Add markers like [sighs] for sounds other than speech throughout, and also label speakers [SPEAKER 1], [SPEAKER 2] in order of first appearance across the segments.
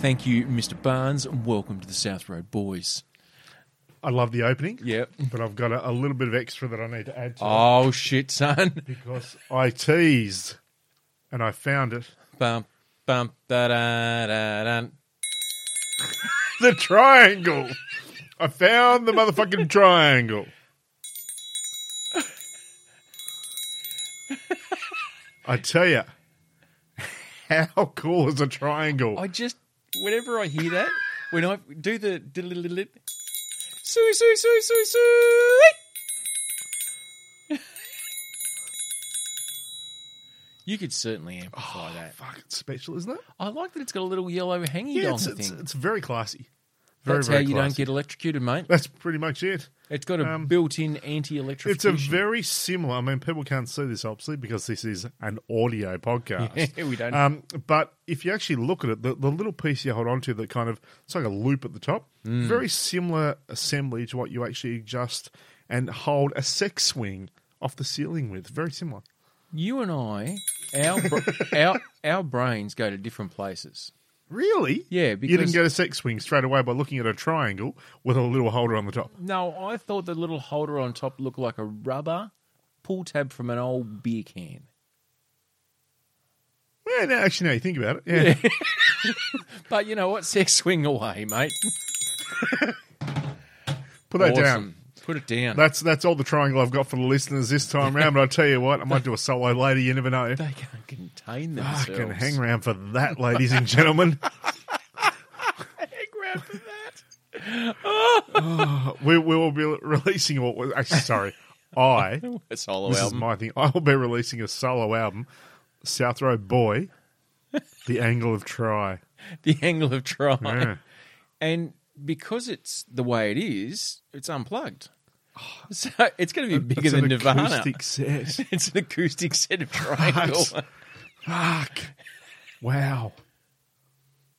[SPEAKER 1] Thank you, Mr. Barnes, and welcome to the South Road Boys.
[SPEAKER 2] I love the opening.
[SPEAKER 1] Yep.
[SPEAKER 2] But I've got a, a little bit of extra that I need to add to it
[SPEAKER 1] Oh, shit, son.
[SPEAKER 2] because I teased and I found it. [laughs]
[SPEAKER 1] Bump, bump, da da da da.
[SPEAKER 2] The triangle. I found the motherfucking triangle. I tell you, how cool is a triangle?
[SPEAKER 1] I just, whenever I hear [laughs] that, when I do the diddle-diddle-diddle, soo, soo, soo, soo, soo. You could certainly amplify that.
[SPEAKER 2] Fuck, it's special, isn't it?
[SPEAKER 1] Oh, I like that it's got a little yellow hangy
[SPEAKER 2] Yeah,
[SPEAKER 1] dong
[SPEAKER 2] it's,
[SPEAKER 1] thing.
[SPEAKER 2] it's, it's very classy. Very,
[SPEAKER 1] That's
[SPEAKER 2] very
[SPEAKER 1] how you
[SPEAKER 2] classy.
[SPEAKER 1] don't get electrocuted, mate.
[SPEAKER 2] That's pretty much it.
[SPEAKER 1] It's got a
[SPEAKER 2] Um,
[SPEAKER 1] built-in anti-electrification.
[SPEAKER 2] It's a very similar. I mean, people can't see this obviously because this is an audio podcast.
[SPEAKER 1] [laughs] Yeah, we don't.
[SPEAKER 2] Um, but if you actually look at it, the, the little piece you hold onto that kind of it's like a loop at the top.
[SPEAKER 1] Mm.
[SPEAKER 2] Very similar assembly to what you actually adjust and hold a sex swing off the ceiling with. Very similar.
[SPEAKER 1] you and
[SPEAKER 2] [laughs]
[SPEAKER 1] I, our br- our our brains go to different places.
[SPEAKER 2] Really?
[SPEAKER 1] Yeah,
[SPEAKER 2] you
[SPEAKER 1] because
[SPEAKER 2] didn't get a sex swing straight away by looking at a triangle with a little holder on the top.
[SPEAKER 1] no, I thought the little holder on top looked like a rubber pull tab from an old beer can.
[SPEAKER 2] Yeah, no, actually, now you think about it. Yeah.
[SPEAKER 1] But you know what? [laughs] Sex swing away, mate.
[SPEAKER 2] Put that
[SPEAKER 1] awesome.
[SPEAKER 2] down.
[SPEAKER 1] Put it down.
[SPEAKER 2] That's that's all the triangle I've got for the listeners this time round. But I tell you what, I might do a solo later. You never know.
[SPEAKER 1] they can't contain
[SPEAKER 2] I
[SPEAKER 1] themselves.
[SPEAKER 2] can hang around for that, ladies and gentlemen.
[SPEAKER 1] [laughs] Hang around
[SPEAKER 2] [laughs]
[SPEAKER 1] for that.
[SPEAKER 2] We, we will be releasing, or actually, sorry,
[SPEAKER 1] [laughs]
[SPEAKER 2] I.
[SPEAKER 1] It's hollow
[SPEAKER 2] This is
[SPEAKER 1] album.
[SPEAKER 2] my thing. I will be releasing a solo album, South
[SPEAKER 1] [laughs]
[SPEAKER 2] Road Boy, The Angle of Try.
[SPEAKER 1] the angle of try,
[SPEAKER 2] Yeah.
[SPEAKER 1] and because it's the way it is, it's
[SPEAKER 2] [sighs]
[SPEAKER 1] unplugged. [laughs] So it's going to be bigger
[SPEAKER 2] It's
[SPEAKER 1] than
[SPEAKER 2] an
[SPEAKER 1] Nirvana.
[SPEAKER 2] acoustic set.
[SPEAKER 1] [laughs] It's an acoustic set [laughs] of triangle.
[SPEAKER 2] Right. Fuck. Wow.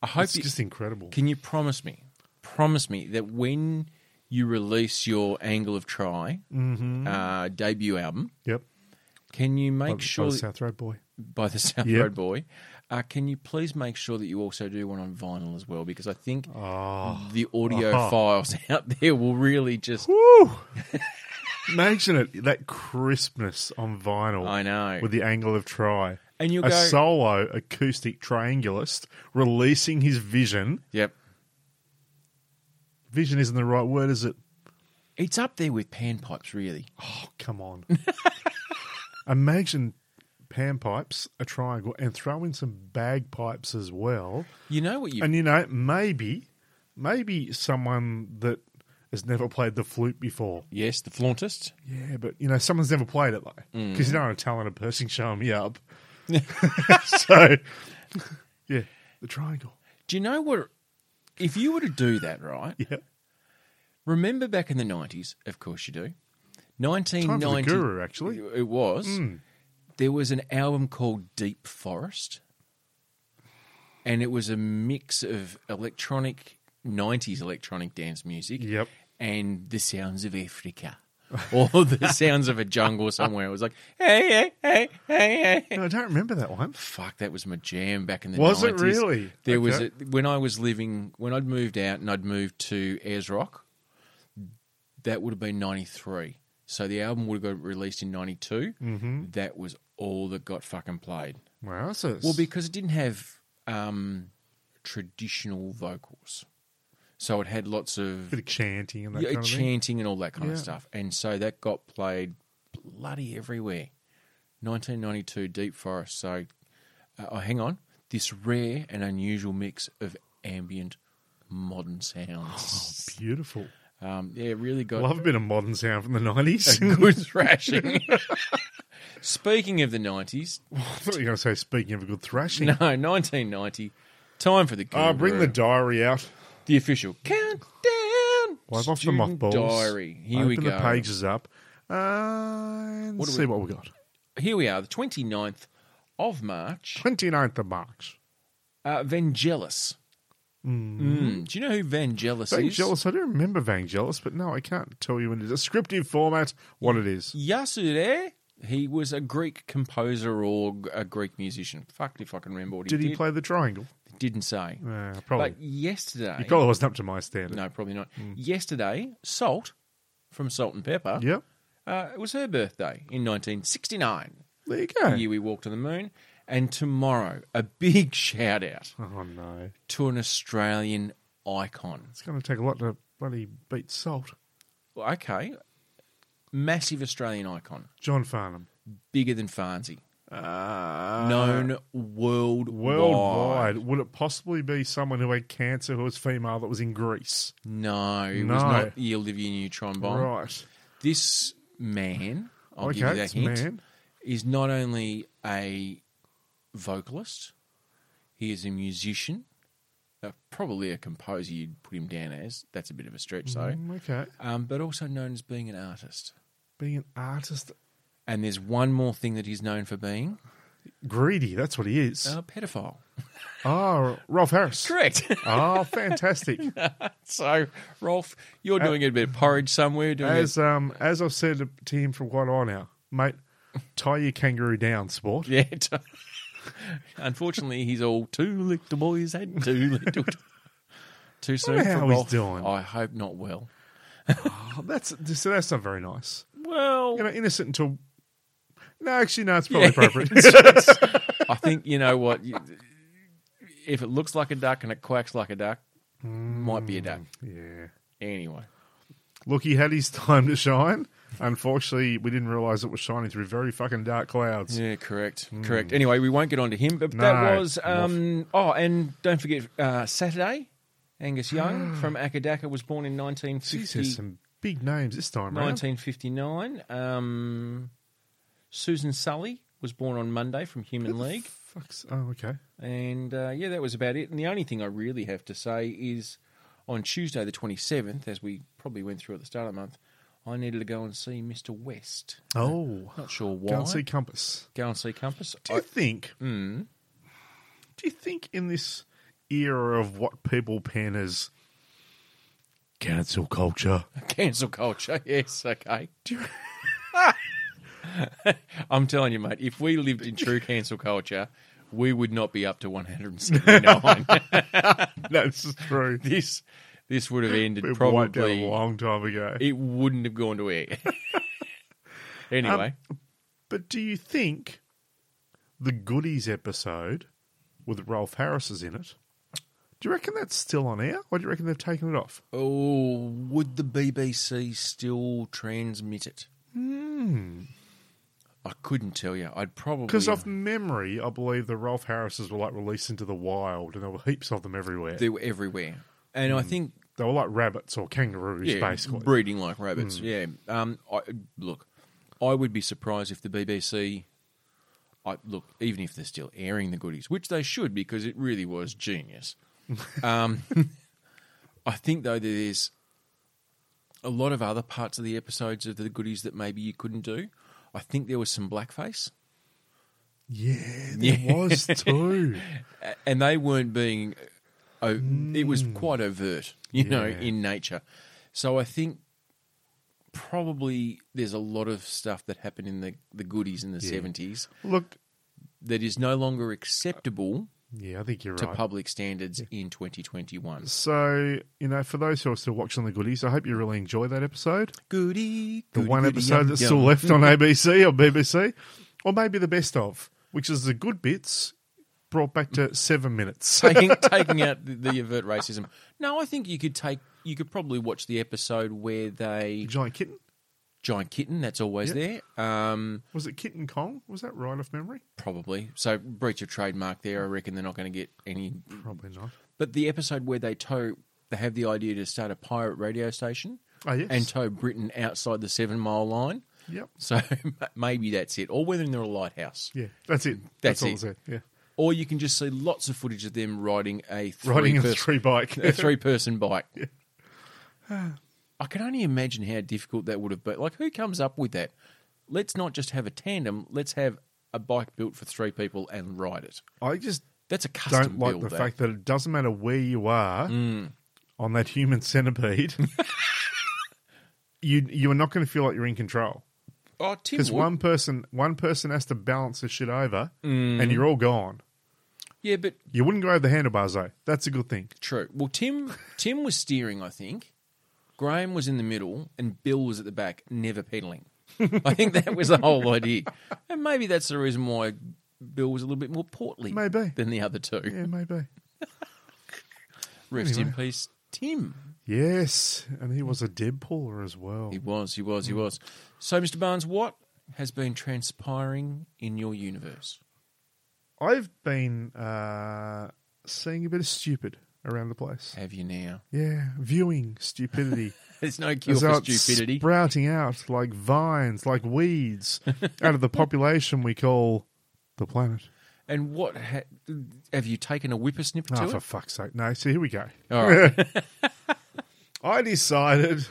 [SPEAKER 1] I hope
[SPEAKER 2] It's
[SPEAKER 1] you,
[SPEAKER 2] just incredible.
[SPEAKER 1] can you promise me, promise me that when you release your Angle of Try uh, debut album,
[SPEAKER 2] Yep.
[SPEAKER 1] can you make
[SPEAKER 2] Mm-hmm. By-
[SPEAKER 1] sure
[SPEAKER 2] by
[SPEAKER 1] that-
[SPEAKER 2] South Road Boy.
[SPEAKER 1] by the South
[SPEAKER 2] Yep.
[SPEAKER 1] Road Boy, uh, can you please make sure that you also do one on vinyl as well? Because I think
[SPEAKER 2] Ah.
[SPEAKER 1] the audio
[SPEAKER 2] Uh-huh.
[SPEAKER 1] files [laughs] out there will really just
[SPEAKER 2] Woo! [laughs] Imagine it that crispness on vinyl.
[SPEAKER 1] I know.
[SPEAKER 2] with the angle of try.
[SPEAKER 1] And you'll
[SPEAKER 2] a
[SPEAKER 1] go-
[SPEAKER 2] solo acoustic triangulist releasing his vision.
[SPEAKER 1] Yep.
[SPEAKER 2] Vision isn't the right word, is it?
[SPEAKER 1] It's up there with panpipes, really.
[SPEAKER 2] Oh,
[SPEAKER 1] [laughs]
[SPEAKER 2] come on. Imagine panpipes, a triangle, and throw in some bagpipes as well.
[SPEAKER 1] You know what you
[SPEAKER 2] And you know, maybe, maybe someone that has never played the flute before.
[SPEAKER 1] Yes, the flautist.
[SPEAKER 2] Yeah, but you know, someone's never played it though,
[SPEAKER 1] Mm.
[SPEAKER 2] because you don't want a talented person showing me up. [laughs] so, yeah, the triangle.
[SPEAKER 1] Do you know what if you were to do that, right?
[SPEAKER 2] Yeah.
[SPEAKER 1] Remember back in the nineties, of course you do.
[SPEAKER 2] Time
[SPEAKER 1] Nineteen
[SPEAKER 2] for the
[SPEAKER 1] ninety
[SPEAKER 2] Guru, actually. Hmm.
[SPEAKER 1] it was. There was an album called Deep Forest. And it was a mix of electronic nineties electronic dance music
[SPEAKER 2] Yep.
[SPEAKER 1] and the sounds of Africa. or the
[SPEAKER 2] [laughs]
[SPEAKER 1] sounds of a jungle somewhere. It was like, hey, hey, hey, hey, hey.
[SPEAKER 2] No, I don't remember that one.
[SPEAKER 1] Fuck, that was my jam back in the
[SPEAKER 2] Was it
[SPEAKER 1] 90s.
[SPEAKER 2] really?
[SPEAKER 1] There was a,
[SPEAKER 2] Okay.
[SPEAKER 1] when I was living when I'd moved out and I'd moved to Ayers Rock. That would have been '93. So the album would have got released in '92. Mm-hmm. That was all that got fucking played.
[SPEAKER 2] Wow, that's a,
[SPEAKER 1] Well, because it didn't have um, traditional vocals, so it had lots of
[SPEAKER 2] bit of chanting and that
[SPEAKER 1] yeah,
[SPEAKER 2] kind of thing.
[SPEAKER 1] chanting and all that kind of
[SPEAKER 2] Yeah.
[SPEAKER 1] stuff. And so that got played bloody everywhere. 1992 Deep Forest. So, uh, oh, hang on. This rare and unusual mix of ambient modern
[SPEAKER 2] [laughs]
[SPEAKER 1] sounds.
[SPEAKER 2] Beautiful.
[SPEAKER 1] Um, yeah, really got
[SPEAKER 2] Oh. Love a bit of modern sound from the
[SPEAKER 1] a
[SPEAKER 2] [laughs] nineties.
[SPEAKER 1] [laughs]
[SPEAKER 2] I
[SPEAKER 1] good thrashing. [laughs] Speaking of the 90s,
[SPEAKER 2] thought you were going to say. Speaking of a good thrashing,
[SPEAKER 1] no, 1990. Time for the
[SPEAKER 2] Ah, bring
[SPEAKER 1] Guru.
[SPEAKER 2] the diary out.
[SPEAKER 1] the official countdown.
[SPEAKER 2] Wipe off the
[SPEAKER 1] Student
[SPEAKER 2] mothballs.
[SPEAKER 1] Diary. Here
[SPEAKER 2] Open
[SPEAKER 1] we go.
[SPEAKER 2] the pages up and
[SPEAKER 1] What do we-
[SPEAKER 2] see what we got.
[SPEAKER 1] Here we are, the 29th of March.
[SPEAKER 2] 29th of March. Hmm.
[SPEAKER 1] Uh, Vangelis. Mm. Do you know who Vangelis is?
[SPEAKER 2] Vangelis. I do remember Vangelis, but no, I can't tell you in a descriptive format what it is.
[SPEAKER 1] Yasudere. He was a Greek composer or a Greek musician. Fuck if I can remember what he
[SPEAKER 2] Did
[SPEAKER 1] did.
[SPEAKER 2] he play the triangle?
[SPEAKER 1] Didn't say.
[SPEAKER 2] Uh, probably.
[SPEAKER 1] But yesterday,
[SPEAKER 2] It probably Mm. wasn't up to my standard.
[SPEAKER 1] no, probably not. Yesterday, Salt from Salt and Pepper.
[SPEAKER 2] Yep.
[SPEAKER 1] Uh, it was her birthday in 1969,
[SPEAKER 2] There you go.
[SPEAKER 1] the year we walked on the moon. And tomorrow, a big [laughs] shout out
[SPEAKER 2] Oh no.
[SPEAKER 1] to an Australian icon.
[SPEAKER 2] It's going to take a lot to bloody beat salt.
[SPEAKER 1] Well, okay, massive Australian icon,
[SPEAKER 2] John Farnham.
[SPEAKER 1] bigger than Farnsey,
[SPEAKER 2] Uh,
[SPEAKER 1] known worldwide.
[SPEAKER 2] Worldwide, would it possibly be someone who had cancer who was female that was in Greece?
[SPEAKER 1] No, it was
[SPEAKER 2] No.
[SPEAKER 1] not the Olivia Neutron bomb.
[SPEAKER 2] Right.
[SPEAKER 1] This man, I'll
[SPEAKER 2] okay,
[SPEAKER 1] give you that
[SPEAKER 2] it's
[SPEAKER 1] hint,
[SPEAKER 2] man.
[SPEAKER 1] is not only a vocalist, he is a musician, uh, probably a composer you'd put him down as. That's a bit of a stretch, though.
[SPEAKER 2] Mm, okay.
[SPEAKER 1] Um, but also known as being an artist.
[SPEAKER 2] Being an artist.
[SPEAKER 1] And there's one more thing that he's known for being
[SPEAKER 2] Greedy, that's what he is.
[SPEAKER 1] a pedophile.
[SPEAKER 2] Oh, Rolf Harris.
[SPEAKER 1] Correct. [laughs]
[SPEAKER 2] Oh, fantastic.
[SPEAKER 1] so, Rolf, you're doing a bit of porridge somewhere. Doing
[SPEAKER 2] as um as I've said to him for quite a while now, mate, tie your kangaroo down, sport.
[SPEAKER 1] a, yeah. t- Unfortunately, he's all too little boys and too
[SPEAKER 2] [laughs]
[SPEAKER 1] little. t-" Too soon.
[SPEAKER 2] Wonder
[SPEAKER 1] for
[SPEAKER 2] how he's
[SPEAKER 1] Rolf.
[SPEAKER 2] doing.
[SPEAKER 1] I hope not well.
[SPEAKER 2] Oh, that's so that's not very nice.
[SPEAKER 1] Well,
[SPEAKER 2] You know, innocent until no, actually, no, it's probably
[SPEAKER 1] Yeah.
[SPEAKER 2] appropriate.
[SPEAKER 1] [laughs]
[SPEAKER 2] [laughs]
[SPEAKER 1] I think you know what. You, if it looks like a duck and it quacks like a duck, might be a
[SPEAKER 2] Mm.
[SPEAKER 1] duck.
[SPEAKER 2] yeah.
[SPEAKER 1] Anyway,
[SPEAKER 2] Look, he had his time to shine. Unfortunately, we didn't realise it was shining through very fucking dark clouds.
[SPEAKER 1] yeah, correct, correct. Anyway, we won't get on to him, but that
[SPEAKER 2] Mm. No,
[SPEAKER 1] was. Um, oh, and don't forget uh, Saturday. Angus
[SPEAKER 2] [gasps]
[SPEAKER 1] Young from Akadaka was born in 1950,
[SPEAKER 2] Jeez, there's some big names this time, right?
[SPEAKER 1] 1959. Um, Susan Sully was born on Monday from Human League.
[SPEAKER 2] Fucks. Oh, okay.
[SPEAKER 1] And uh, yeah, that was about it. And the only thing I really have to say is on Tuesday, the 27th, as we probably went through at the start of the month, I needed to go and see Mr. West.
[SPEAKER 2] Oh,
[SPEAKER 1] Not sure why.
[SPEAKER 2] go and see Compass.
[SPEAKER 1] Go and see Compass.
[SPEAKER 2] Do you think?
[SPEAKER 1] Mm.
[SPEAKER 2] Do you think in this era of what people pen as cancel
[SPEAKER 1] [laughs]
[SPEAKER 2] culture,
[SPEAKER 1] Cancel culture. [laughs] Yes, okay. [laughs] I'm telling you, mate, if we lived in
[SPEAKER 2] [laughs]
[SPEAKER 1] true cancel culture, we would not be up to 179.
[SPEAKER 2] that's true.
[SPEAKER 1] [laughs] this this would have ended
[SPEAKER 2] It wiped out
[SPEAKER 1] probably.
[SPEAKER 2] a long time ago.
[SPEAKER 1] It wouldn't have gone to air. [laughs] anyway.
[SPEAKER 2] But do you think the goodies episode with Rolf Harris is in it? Do you reckon that's still on air, or do you reckon they've taken it off?
[SPEAKER 1] Oh, would the BBC still transmit it? Hmm. I couldn't tell you. I'd probably
[SPEAKER 2] Because off memory, I believe the Rolf Harrises were like released into the wild, and there were heaps of them everywhere.
[SPEAKER 1] they were everywhere, and I think
[SPEAKER 2] They were like rabbits or kangaroos,
[SPEAKER 1] yeah,
[SPEAKER 2] basically.
[SPEAKER 1] breeding like rabbits. Yeah. Um. I, look, I would be surprised if the BBC. I, look, even if they're still airing the goodies, which they should because it really was genius. um, I think though there's a lot of other parts of the episodes of the goodies that maybe you couldn't do. I think there was some blackface.
[SPEAKER 2] yeah, there was too.
[SPEAKER 1] [laughs] A- and they weren't being. Oh, It was quite overt, you know,
[SPEAKER 2] Hmm. Yeah.
[SPEAKER 1] in nature. So I think probably there's a lot of stuff that happened in the the goodies in the
[SPEAKER 2] Yeah.
[SPEAKER 1] seventies
[SPEAKER 2] Look,
[SPEAKER 1] that is no longer acceptable
[SPEAKER 2] yeah, I think you're
[SPEAKER 1] to
[SPEAKER 2] right.
[SPEAKER 1] public standards in 2021.
[SPEAKER 2] So, you know, for those who are still watching the goodies, I hope you really enjoy that episode.
[SPEAKER 1] Goody,
[SPEAKER 2] The
[SPEAKER 1] goody,
[SPEAKER 2] one
[SPEAKER 1] goody,
[SPEAKER 2] episode
[SPEAKER 1] yum,
[SPEAKER 2] that's
[SPEAKER 1] yum.
[SPEAKER 2] still left on ABC or BBC, or maybe the best of, which is the good bits brought back to seven
[SPEAKER 1] [laughs]
[SPEAKER 2] minutes. [laughs]
[SPEAKER 1] taking taking out the, the overt racism. No, I think you could take you could probably watch the episode where they
[SPEAKER 2] Giant Kitten?
[SPEAKER 1] giant kitten. That's always there. Um,
[SPEAKER 2] Was it Kitten Kong? Was that right off memory?
[SPEAKER 1] Probably. So breach of trademark there. I reckon they're not going to get any.
[SPEAKER 2] Probably not.
[SPEAKER 1] But the episode where they tow, they have the idea to start a pirate radio station
[SPEAKER 2] Oh, yes.
[SPEAKER 1] and tow Britain outside the Seven Mile Line.
[SPEAKER 2] yep.
[SPEAKER 1] So [laughs] maybe that's it. Or whether they're a lighthouse.
[SPEAKER 2] Yeah, that's it.
[SPEAKER 1] That's
[SPEAKER 2] That's, all
[SPEAKER 1] it.
[SPEAKER 2] it. said. Yeah.
[SPEAKER 1] Or you can just see lots of footage of them riding a three
[SPEAKER 2] Riding a
[SPEAKER 1] person,
[SPEAKER 2] three
[SPEAKER 1] [laughs]
[SPEAKER 2] bike. [laughs]
[SPEAKER 1] a three person bike. I can only imagine how difficult that would have been. Like, who comes up with that? Let's not just have a tandem. Let's have a bike built for three people and ride it.
[SPEAKER 2] I just
[SPEAKER 1] That's a custom
[SPEAKER 2] don't like
[SPEAKER 1] build.
[SPEAKER 2] the
[SPEAKER 1] that. Mm.
[SPEAKER 2] fact that it doesn't matter where you are on that
[SPEAKER 1] [laughs]
[SPEAKER 2] human centipede. you you are not going to feel like you're in control
[SPEAKER 1] Oh, Tim
[SPEAKER 2] because
[SPEAKER 1] Wood. Mm.
[SPEAKER 2] one person one person has to balance the shit over, and you're all gone.
[SPEAKER 1] Yeah, but
[SPEAKER 2] You wouldn't go over the handlebars though. That's a good thing.
[SPEAKER 1] True. Well, Tim Tim was steering, I think. Graham was in the middle, and Bill was at the back, never pedaling. [laughs] I think that was the whole idea, and maybe that's the reason why Bill was a little bit more portly,
[SPEAKER 2] Maybe.
[SPEAKER 1] than the other two.
[SPEAKER 2] Yeah, maybe.
[SPEAKER 1] Rest in peace, Tim.
[SPEAKER 2] Yes, and he was a Deadpooler as well.
[SPEAKER 1] He was, he was, he
[SPEAKER 2] Mm.
[SPEAKER 1] was. So, Mr. Barnes, what has been transpiring in your universe?
[SPEAKER 2] I've been uh, seeing a bit of stupid around the place.
[SPEAKER 1] Have you now? [laughs]
[SPEAKER 2] Yeah, viewing stupidity.
[SPEAKER 1] There's no cure
[SPEAKER 2] As though
[SPEAKER 1] for
[SPEAKER 2] it's
[SPEAKER 1] stupidity.
[SPEAKER 2] sprouting out like vines, like weeds,
[SPEAKER 1] [laughs]
[SPEAKER 2] out of the population we call the planet.
[SPEAKER 1] and what ha- have you taken a whippersnip to
[SPEAKER 2] Oh,
[SPEAKER 1] it?
[SPEAKER 2] for fuck's sake! No, so here we go.
[SPEAKER 1] All right.
[SPEAKER 2] I decided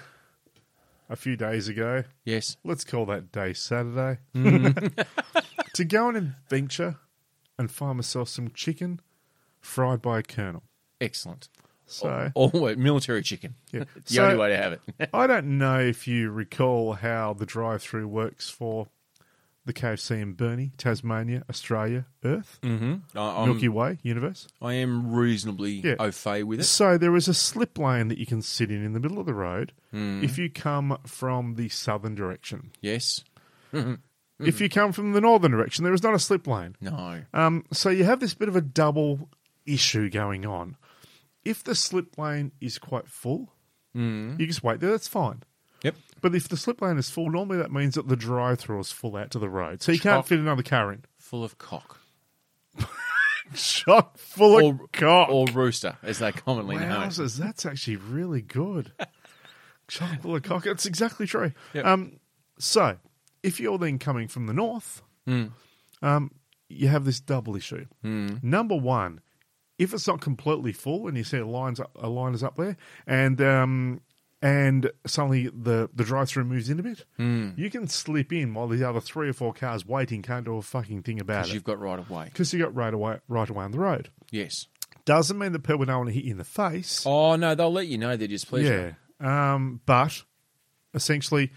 [SPEAKER 2] a few days ago,
[SPEAKER 1] yes.
[SPEAKER 2] let's call that day Saturday,
[SPEAKER 1] Mm-hmm.
[SPEAKER 2] [laughs] to go on an adventure and find myself some chicken fried by a colonel.
[SPEAKER 1] Excellent.
[SPEAKER 2] So
[SPEAKER 1] [laughs] Always military chicken.
[SPEAKER 2] Yeah.
[SPEAKER 1] Oh, the
[SPEAKER 2] So-
[SPEAKER 1] only way to have it.
[SPEAKER 2] I don't know if you recall how the drive-through works for the KFC in Burnie, Tasmania, Australia, Earth,
[SPEAKER 1] mm-hmm. [laughs] I, I'm,
[SPEAKER 2] Milky Way, Universe.
[SPEAKER 1] I am reasonably
[SPEAKER 2] Yeah.
[SPEAKER 1] au fait with
[SPEAKER 2] [laughs]
[SPEAKER 1] it.
[SPEAKER 2] So there is a slip lane that you can sit in in the middle of the road
[SPEAKER 1] Mm.
[SPEAKER 2] if you come from the southern direction.
[SPEAKER 1] Yes. Mm-hmm.
[SPEAKER 2] If you come from the northern direction, there is not a slip lane.
[SPEAKER 1] No.
[SPEAKER 2] Um, so you have this bit of a double issue going on. If the slip lane is quite full, you just wait there. That's fine.
[SPEAKER 1] Mm-hmm. Yep.
[SPEAKER 2] But if the slip lane is full, normally that means that the drive-through is full out to the road, so you can't
[SPEAKER 1] Chock-
[SPEAKER 2] fit another car in. [laughs]
[SPEAKER 1] Full of cock.
[SPEAKER 2] Chock full
[SPEAKER 1] Or,
[SPEAKER 2] of cock.
[SPEAKER 1] or rooster, as they commonly know.
[SPEAKER 2] Wowzers, that's actually
[SPEAKER 1] [laughs]
[SPEAKER 2] really good. Chock full of cock. That's exactly true.
[SPEAKER 1] Yep.
[SPEAKER 2] Um, so if you're then coming from the north,
[SPEAKER 1] Mm,
[SPEAKER 2] um, you have this double issue. Number one, if it's not completely full and you see a lines up, a line is up there, and um, and suddenly the the drive through moves in a bit,
[SPEAKER 1] Hmm.
[SPEAKER 2] you can slip in while the other three or four cars waiting can't do a fucking thing about
[SPEAKER 1] Because
[SPEAKER 2] it
[SPEAKER 1] you've got right away.
[SPEAKER 2] because you got right away right away on the road.
[SPEAKER 1] Yes.
[SPEAKER 2] Doesn't mean the people don't want to hit you in the face.
[SPEAKER 1] Oh, no, they'll let you know their displeasure.
[SPEAKER 2] Yeah. Um, but essentially,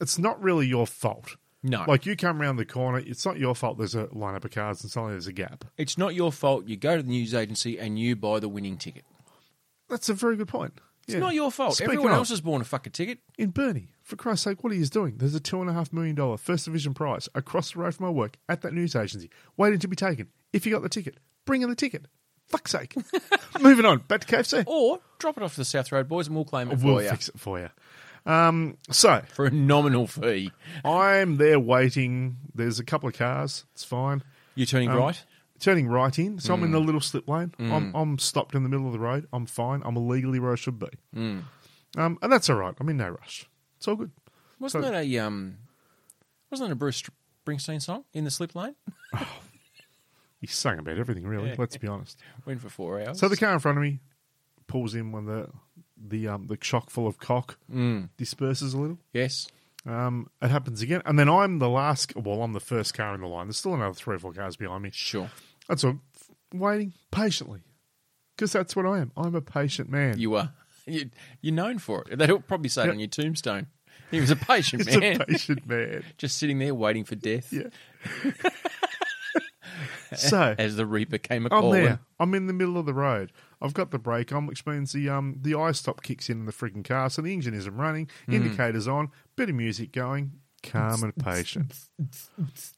[SPEAKER 2] it's not really your fault.
[SPEAKER 1] No.
[SPEAKER 2] Like you come around the corner, it's not your fault there's a lineup of cars and suddenly there's a gap.
[SPEAKER 1] It's not your fault. You go to the news agency and you buy the winning ticket.
[SPEAKER 2] That's a very good point.
[SPEAKER 1] It's
[SPEAKER 2] Yeah.
[SPEAKER 1] not your fault.
[SPEAKER 2] Speaking
[SPEAKER 1] Everyone
[SPEAKER 2] of-
[SPEAKER 1] else has born a fucking ticket.
[SPEAKER 2] In Burnie, for Christ's sake, what are you doing? There's a $2.5 million First Division prize across the road from my work at that news agency, waiting to be taken. If you got the ticket, bring in the ticket.
[SPEAKER 1] [laughs]
[SPEAKER 2] Fuck's sake. Moving on, back to KFC.
[SPEAKER 1] Or drop it off to the South Road Boys and we'll claim it
[SPEAKER 2] We'll
[SPEAKER 1] for you.
[SPEAKER 2] fix it for you. Um, so,
[SPEAKER 1] For a nominal fee.
[SPEAKER 2] I'm there waiting. There's a couple of cars. It's fine.
[SPEAKER 1] You're turning
[SPEAKER 2] Um,
[SPEAKER 1] right?
[SPEAKER 2] Turning right in. So I'm in a little slip lane. I'm, I'm stopped in the middle of the road. I'm fine. I'm illegally where I should be. Um, and that's all right. I'm in no rush. It's all good.
[SPEAKER 1] Wasn't
[SPEAKER 2] so-
[SPEAKER 1] that a um, wasn't that a Bruce Springsteen song in the slip [laughs] lane?
[SPEAKER 2] He's sang about everything, really.
[SPEAKER 1] Yeah.
[SPEAKER 2] Let's be honest.
[SPEAKER 1] Went for four hours.
[SPEAKER 2] So the car in front of me pulls in when the the um, the chock full of cock disperses a little.
[SPEAKER 1] yes,
[SPEAKER 2] Um, it happens again, and then I'm the last. Well, I'm the first car in the line. There's still another three or four cars behind me.
[SPEAKER 1] sure.
[SPEAKER 2] That's all. Waiting patiently. Because that's what I am. I'm a patient man.
[SPEAKER 1] You are [laughs] you, you're known for it. They'll probably say it on your tombstone. He was a patient
[SPEAKER 2] [laughs] He's
[SPEAKER 1] man,
[SPEAKER 2] a patient man.
[SPEAKER 1] [laughs] just sitting there waiting for death
[SPEAKER 2] Yeah. so
[SPEAKER 1] as the reaper came a
[SPEAKER 2] I'm
[SPEAKER 1] calling.
[SPEAKER 2] there. I'm in the middle of the road. I've got the brake on, which means the um the eye stop kicks in in the freaking car, so the engine isn't running.
[SPEAKER 1] Hmm.
[SPEAKER 2] Indicators on. Bit of music going. Calm and patient.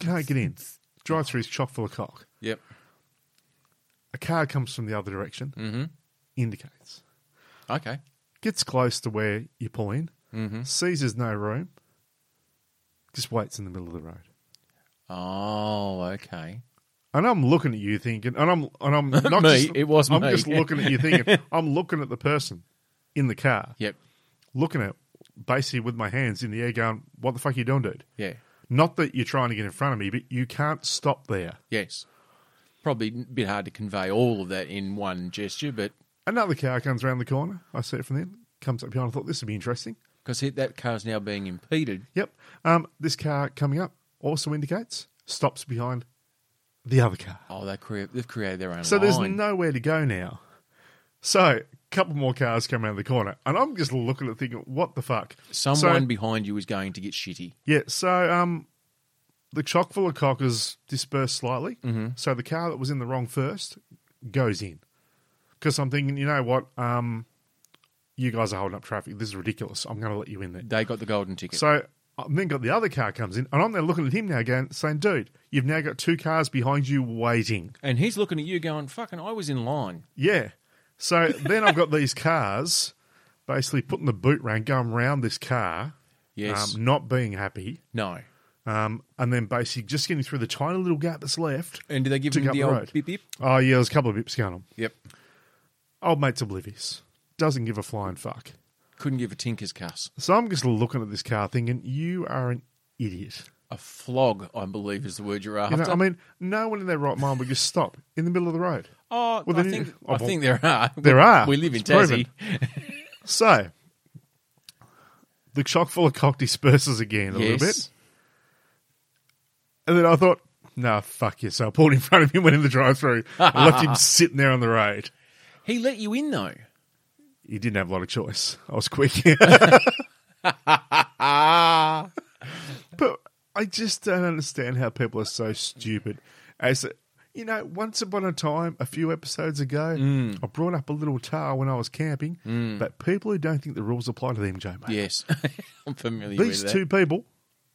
[SPEAKER 2] Can't get in. Drive through is chock full of cock.
[SPEAKER 1] Yep.
[SPEAKER 2] A car comes from the other direction.
[SPEAKER 1] Hmm.
[SPEAKER 2] Mm-hmm. Indicates.
[SPEAKER 1] Okay. Mm-hmm.
[SPEAKER 2] gets close to where you pull in,
[SPEAKER 1] Hmm.
[SPEAKER 2] sees there's no room, just waits in the middle of the road.
[SPEAKER 1] Oh, okay.
[SPEAKER 2] And I'm looking at you thinking, and I'm and
[SPEAKER 1] [laughs]
[SPEAKER 2] I'm not
[SPEAKER 1] Me,
[SPEAKER 2] just,
[SPEAKER 1] it was
[SPEAKER 2] I'm
[SPEAKER 1] me.
[SPEAKER 2] just looking at
[SPEAKER 1] [laughs]
[SPEAKER 2] you thinking. I'm looking at the person in the car,
[SPEAKER 1] Yep.
[SPEAKER 2] looking at basically with my hands in the air, going, "What the fuck are you doing, dude?
[SPEAKER 1] Yeah.
[SPEAKER 2] Not that you're trying to get in front of me, but you can't stop there."
[SPEAKER 1] Yes. Probably a bit hard to convey all of that in one gesture, but
[SPEAKER 2] Another car comes around the corner. I see it from then. Comes up behind. I thought this would be interesting.
[SPEAKER 1] because that car's now being impeded.
[SPEAKER 2] Yep. Um, this car coming up also indicates stops behind the other car.
[SPEAKER 1] Oh, they crea- they've created their own
[SPEAKER 2] So there's
[SPEAKER 1] line.
[SPEAKER 2] nowhere to go now. So a couple more cars come around the corner, and I'm just looking at thinking, what the fuck?
[SPEAKER 1] Someone
[SPEAKER 2] So,
[SPEAKER 1] behind you is going to get shitty.
[SPEAKER 2] yeah. So um, The chock full of cockers dispersed slightly, so the car that was in the wrong first goes in. Because I'm thinking, you know what? Um, you guys are holding up traffic. This is ridiculous. I'm going to let you in there.
[SPEAKER 1] They got the golden ticket.
[SPEAKER 2] So I've then got the other car comes in, and I'm there looking at him now, again, saying, "Dude, you've now got two cars behind you waiting."
[SPEAKER 1] and he's looking at you going, fucking, I was in line.
[SPEAKER 2] Yeah. So then I've got these cars basically putting the boot round, going round this car,
[SPEAKER 1] Yes.
[SPEAKER 2] um, not being happy,
[SPEAKER 1] no.
[SPEAKER 2] um, and then basically just getting through the tiny little gap that's left.
[SPEAKER 1] And do they give
[SPEAKER 2] Took
[SPEAKER 1] him
[SPEAKER 2] up
[SPEAKER 1] the
[SPEAKER 2] the
[SPEAKER 1] old
[SPEAKER 2] road.
[SPEAKER 1] beep beep?
[SPEAKER 2] Oh, yeah, there's a couple of bips going on.
[SPEAKER 1] Yep.
[SPEAKER 2] Old mate's oblivious. Doesn't give a flying fuck.
[SPEAKER 1] Couldn't give a tinker's cuss.
[SPEAKER 2] So I'm just looking at this car thinking, you are an idiot.
[SPEAKER 1] A flog, I believe, is the word you're after.
[SPEAKER 2] You know, I mean, no one in their right mind would just stop in the middle of the road.
[SPEAKER 1] oh,
[SPEAKER 2] well,
[SPEAKER 1] I,
[SPEAKER 2] then-
[SPEAKER 1] think,
[SPEAKER 2] oh,
[SPEAKER 1] I
[SPEAKER 2] well,
[SPEAKER 1] think there are.
[SPEAKER 2] [laughs] There
[SPEAKER 1] we,
[SPEAKER 2] are.
[SPEAKER 1] We live in
[SPEAKER 2] It's proven.
[SPEAKER 1] Tassie.
[SPEAKER 2] So, the chock full of cock disperses again a
[SPEAKER 1] yes.
[SPEAKER 2] little bit. And then I thought, nah, fuck you. So I pulled in front of him, went in the drive through, left
[SPEAKER 1] [laughs]
[SPEAKER 2] him sitting there on the road.
[SPEAKER 1] He let you in, though.
[SPEAKER 2] He didn't have a lot of choice. I was quick. [laughs] Ah. but I just don't understand how people are so stupid. As you know, once upon a time, a few episodes ago,
[SPEAKER 1] Mm.
[SPEAKER 2] I brought up a little tar when I was camping. But people who don't think the rules apply to them, Joe, mate.
[SPEAKER 1] Yes. [laughs] I'm familiar
[SPEAKER 2] These
[SPEAKER 1] with that.
[SPEAKER 2] two people,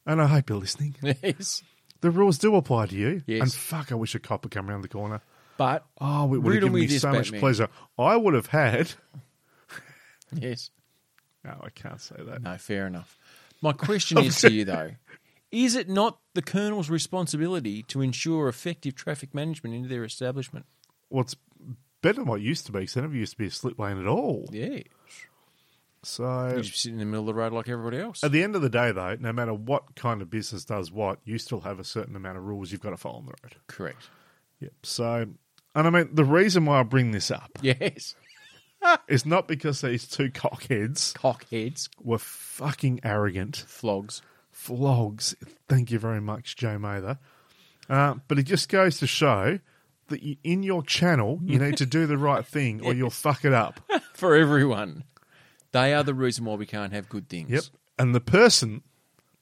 [SPEAKER 2] and I hope you're listening.
[SPEAKER 1] [laughs] Yes.
[SPEAKER 2] The rules do apply to you.
[SPEAKER 1] Yes.
[SPEAKER 2] And fuck, I wish a cop would come around the corner.
[SPEAKER 1] But,
[SPEAKER 2] Oh, it would have
[SPEAKER 1] Riddle
[SPEAKER 2] given
[SPEAKER 1] me
[SPEAKER 2] me
[SPEAKER 1] this,
[SPEAKER 2] so much
[SPEAKER 1] Batman.
[SPEAKER 2] pleasure. I would have had. [laughs]
[SPEAKER 1] yes.
[SPEAKER 2] No, I can't say that.
[SPEAKER 1] No, fair enough.
[SPEAKER 2] [laughs]
[SPEAKER 1] My question is to you, though is it not the Colonel's responsibility to ensure effective traffic management into their establishment?
[SPEAKER 2] What's better than what it used to be? Because there never used to be a slip lane at all.
[SPEAKER 1] Yeah.
[SPEAKER 2] So
[SPEAKER 1] You just sit in the middle of the road like everybody else.
[SPEAKER 2] at the end of the day, though, no matter what kind of business does what, you still have a certain amount of rules you've got to follow on the road.
[SPEAKER 1] Correct.
[SPEAKER 2] Yep. So, and I mean, the reason why I bring this up
[SPEAKER 1] Yes.
[SPEAKER 2] is not because these two cockheads
[SPEAKER 1] Cockheads,
[SPEAKER 2] were fucking arrogant.
[SPEAKER 1] flogs.
[SPEAKER 2] vlogs. Thank you very much, Joe Mather. Uh, but it just goes to show that you, in your channel, you need to do the right thing or you'll fuck it up.
[SPEAKER 1] for everyone. They are the reason why we can't have good things.
[SPEAKER 2] Yep. And the person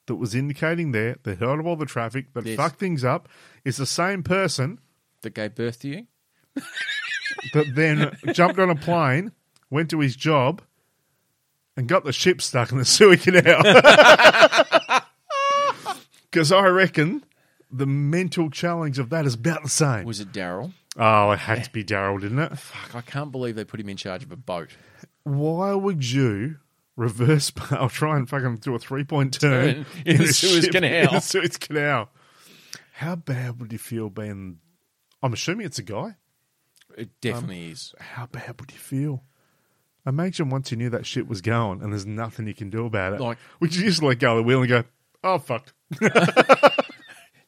[SPEAKER 2] that was indicating there that heard of all the traffic that
[SPEAKER 1] Yes.
[SPEAKER 2] fucked things up is the same person
[SPEAKER 1] That gave birth to you.
[SPEAKER 2] that then jumped on a plane, went to his job, and got the ship stuck in the [laughs] Suez Canal. Because I reckon the mental challenge of that is about the same.
[SPEAKER 1] Was it Daryl?
[SPEAKER 2] Oh, it had to be Daryl, didn't it?
[SPEAKER 1] Fuck, I can't believe they put him in charge of a boat.
[SPEAKER 2] Why would you reverse? [laughs] I'll try and fucking do a three [laughs] point turn
[SPEAKER 1] Turn in the
[SPEAKER 2] a
[SPEAKER 1] Suez
[SPEAKER 2] ship
[SPEAKER 1] Canal.
[SPEAKER 2] In the Suez Canal. How bad would you feel being? I'm assuming it's a guy.
[SPEAKER 1] It definitely
[SPEAKER 2] Um,
[SPEAKER 1] is.
[SPEAKER 2] How bad would you feel? Imagine once you knew that shit was going and there's nothing you can do about it.
[SPEAKER 1] Like-
[SPEAKER 2] would you just let go of the wheel and go, "Oh fuck"?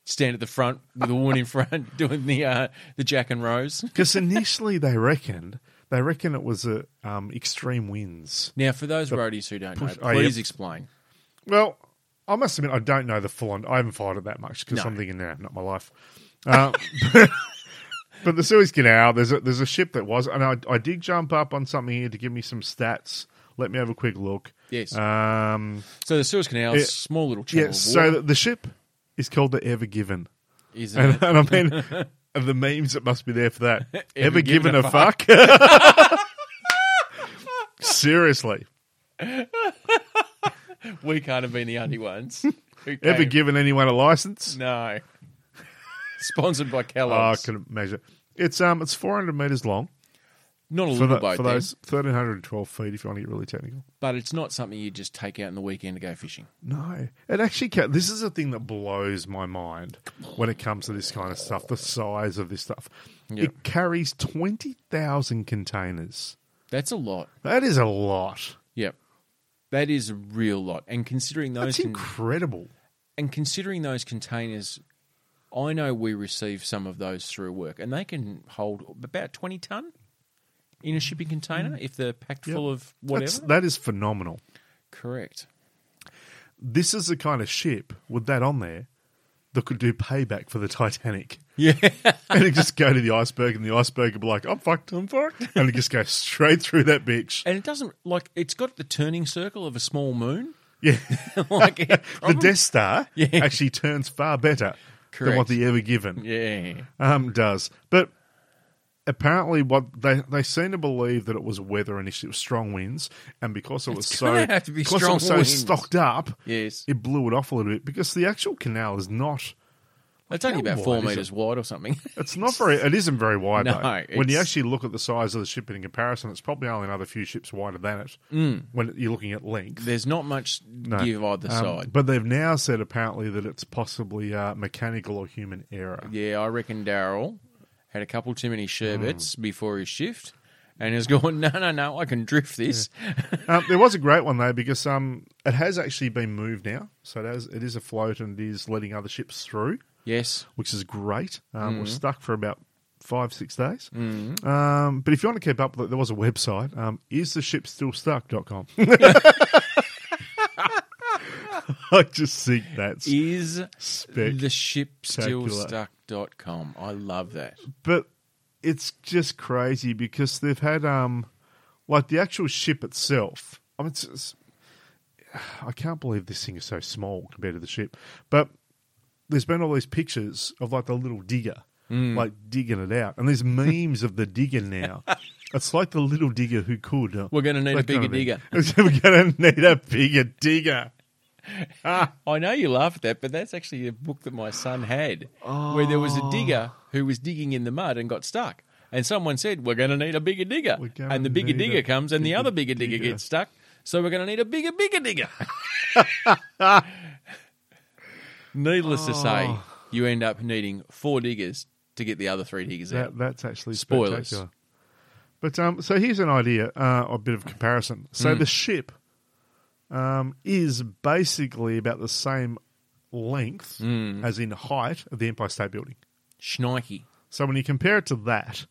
[SPEAKER 1] Stand at the front with a woman in front [laughs] doing the uh, the Jack and Rose.
[SPEAKER 2] Because initially they reckoned they reckon it was a um, extreme winds.
[SPEAKER 1] Now, for those roadies who don't know,
[SPEAKER 2] push- oh,
[SPEAKER 1] please
[SPEAKER 2] yep.
[SPEAKER 1] explain.
[SPEAKER 2] Well, I must admit, I don't know the full on. I haven't followed it that much because
[SPEAKER 1] No.
[SPEAKER 2] I'm thinking, nah, not my life. Uh, [laughs] but the Suez Canal, there's a, there's a ship that was, and I, I did jump up on something here to give me some stats. Let me have a quick look.
[SPEAKER 1] Yes.
[SPEAKER 2] Um,
[SPEAKER 1] so the Suez Canal,
[SPEAKER 2] yeah.
[SPEAKER 1] small little channel.
[SPEAKER 2] yeah,
[SPEAKER 1] of
[SPEAKER 2] so
[SPEAKER 1] water,
[SPEAKER 2] the, the ship is called the Ever Given.
[SPEAKER 1] is
[SPEAKER 2] And,
[SPEAKER 1] a-
[SPEAKER 2] and [laughs] I mean, of the memes that must be there for
[SPEAKER 1] [laughs]
[SPEAKER 2] that. Ever, given, a, fuck? [laughs] Seriously.
[SPEAKER 1] we can't have been the only
[SPEAKER 2] [laughs]
[SPEAKER 1] ones. who
[SPEAKER 2] Ever
[SPEAKER 1] came.
[SPEAKER 2] given anyone a license?
[SPEAKER 1] No. Sponsored by
[SPEAKER 2] Oh, I
[SPEAKER 1] Kellogg's.
[SPEAKER 2] can measure. It's um, it's 400 meters long.
[SPEAKER 1] Not a
[SPEAKER 2] for,
[SPEAKER 1] little
[SPEAKER 2] the,
[SPEAKER 1] boat,
[SPEAKER 2] for
[SPEAKER 1] then,
[SPEAKER 2] those 1312 feet if you want to get really technical
[SPEAKER 1] but it's not something you just take out in the weekend to go fishing.
[SPEAKER 2] no it actually ca- this is a thing that blows my mind when it comes to this kind of stuff the size of this stuff
[SPEAKER 1] Yeah.
[SPEAKER 2] it carries 20000 containers
[SPEAKER 1] That's a lot.
[SPEAKER 2] that is a lot
[SPEAKER 1] Yep. That is a real lot. And considering those
[SPEAKER 2] that's
[SPEAKER 1] con-
[SPEAKER 2] incredible
[SPEAKER 1] and considering those containers, I know we receive some of those through work and they can hold about 20 ton in a shipping container if they're packed
[SPEAKER 2] Mm. Yep.
[SPEAKER 1] full of whatever.
[SPEAKER 2] that's, that is phenomenal
[SPEAKER 1] Correct.
[SPEAKER 2] this is the kind of ship with that on there that could do payback for the titanic [laughs]
[SPEAKER 1] [laughs] Yeah.
[SPEAKER 2] and it just go to the iceberg and the iceberg would be like i'm fucked i'm fucked and it just goes straight through that bitch
[SPEAKER 1] and it doesn't like it's got the turning circle of a small moon.
[SPEAKER 2] Yeah.
[SPEAKER 1] [laughs] like, it
[SPEAKER 2] the
[SPEAKER 1] probably-
[SPEAKER 2] Death Star
[SPEAKER 1] [laughs] Yeah.
[SPEAKER 2] actually turns far better than what
[SPEAKER 1] Correct.
[SPEAKER 2] the Ever Given
[SPEAKER 1] yeah.
[SPEAKER 2] um, does. But apparently, what they they seem to believe that it was weather initially, it was strong winds, and because it was so
[SPEAKER 1] gonna have to be
[SPEAKER 2] because it
[SPEAKER 1] strong
[SPEAKER 2] was so
[SPEAKER 1] winds.
[SPEAKER 2] stocked up,
[SPEAKER 1] Yes.
[SPEAKER 2] it blew it off a little bit because the actual canal is not.
[SPEAKER 1] It's only
[SPEAKER 2] How
[SPEAKER 1] about four
[SPEAKER 2] wide is
[SPEAKER 1] metres wide or something. [laughs]
[SPEAKER 2] It's not very. It isn't very wide.
[SPEAKER 1] No,
[SPEAKER 2] though. when you
[SPEAKER 1] it's-
[SPEAKER 2] actually look at the size of the ship in comparison, it's probably only another few ships wider than it. Mm. When you're looking at length,
[SPEAKER 1] There's not much give either
[SPEAKER 2] Um,
[SPEAKER 1] side.
[SPEAKER 2] But they've now said apparently that it's possibly uh, mechanical or human error.
[SPEAKER 1] Yeah, I reckon Daryl had a couple too many sherbets before his shift and has gone, [laughs] no, no, no, I can drift this.
[SPEAKER 2] um, there was a great one though because um, it has actually been moved now, so it has it is afloat and it is letting other ships through,
[SPEAKER 1] yes.
[SPEAKER 2] which is great. Um, We're stuck for about five six days, um, but if you want to keep up, with it, there was a website. Um, is the ship still stuck.com. [laughs] I just think that's
[SPEAKER 1] E- Is
[SPEAKER 2] spec.
[SPEAKER 1] the ship still
[SPEAKER 2] spectacular.
[SPEAKER 1] stuck.com. I love that.
[SPEAKER 2] but it's just crazy because they've had um like the actual ship itself i mean it's, it's- i can't believe this thing is so small compared to the ship but there's been all these pictures of like the little digger
[SPEAKER 1] Mm.
[SPEAKER 2] like digging it out and there's memes of the
[SPEAKER 1] [laughs]
[SPEAKER 2] digger now it's like the little digger who could uh,
[SPEAKER 1] We're going to need a
[SPEAKER 2] that kind
[SPEAKER 1] bigger
[SPEAKER 2] of thing.
[SPEAKER 1] digger.
[SPEAKER 2] [laughs] we're gonna need a bigger digger
[SPEAKER 1] I know you laugh at that, but that's actually a book that my son had where there was a digger who was digging in the mud and got stuck. And someone said, We're going to need a bigger digger.
[SPEAKER 2] We're gonna
[SPEAKER 1] And the bigger
[SPEAKER 2] need a
[SPEAKER 1] digger comes and the
[SPEAKER 2] bigger
[SPEAKER 1] other bigger digger,
[SPEAKER 2] digger.
[SPEAKER 1] gets stuck. So we're going to need a bigger, bigger
[SPEAKER 2] [laughs]
[SPEAKER 1] digger. Needless to say,
[SPEAKER 2] Oh.
[SPEAKER 1] you end up needing four diggers to get the other three diggers out.
[SPEAKER 2] That, that's actually
[SPEAKER 1] Spoilers.
[SPEAKER 2] spectacular. But um, so here's an idea, uh, a bit of comparison. So the ship um, is basically about the same length as in height of the Empire State Building.
[SPEAKER 1] Schnikey.
[SPEAKER 2] So when you compare it to that,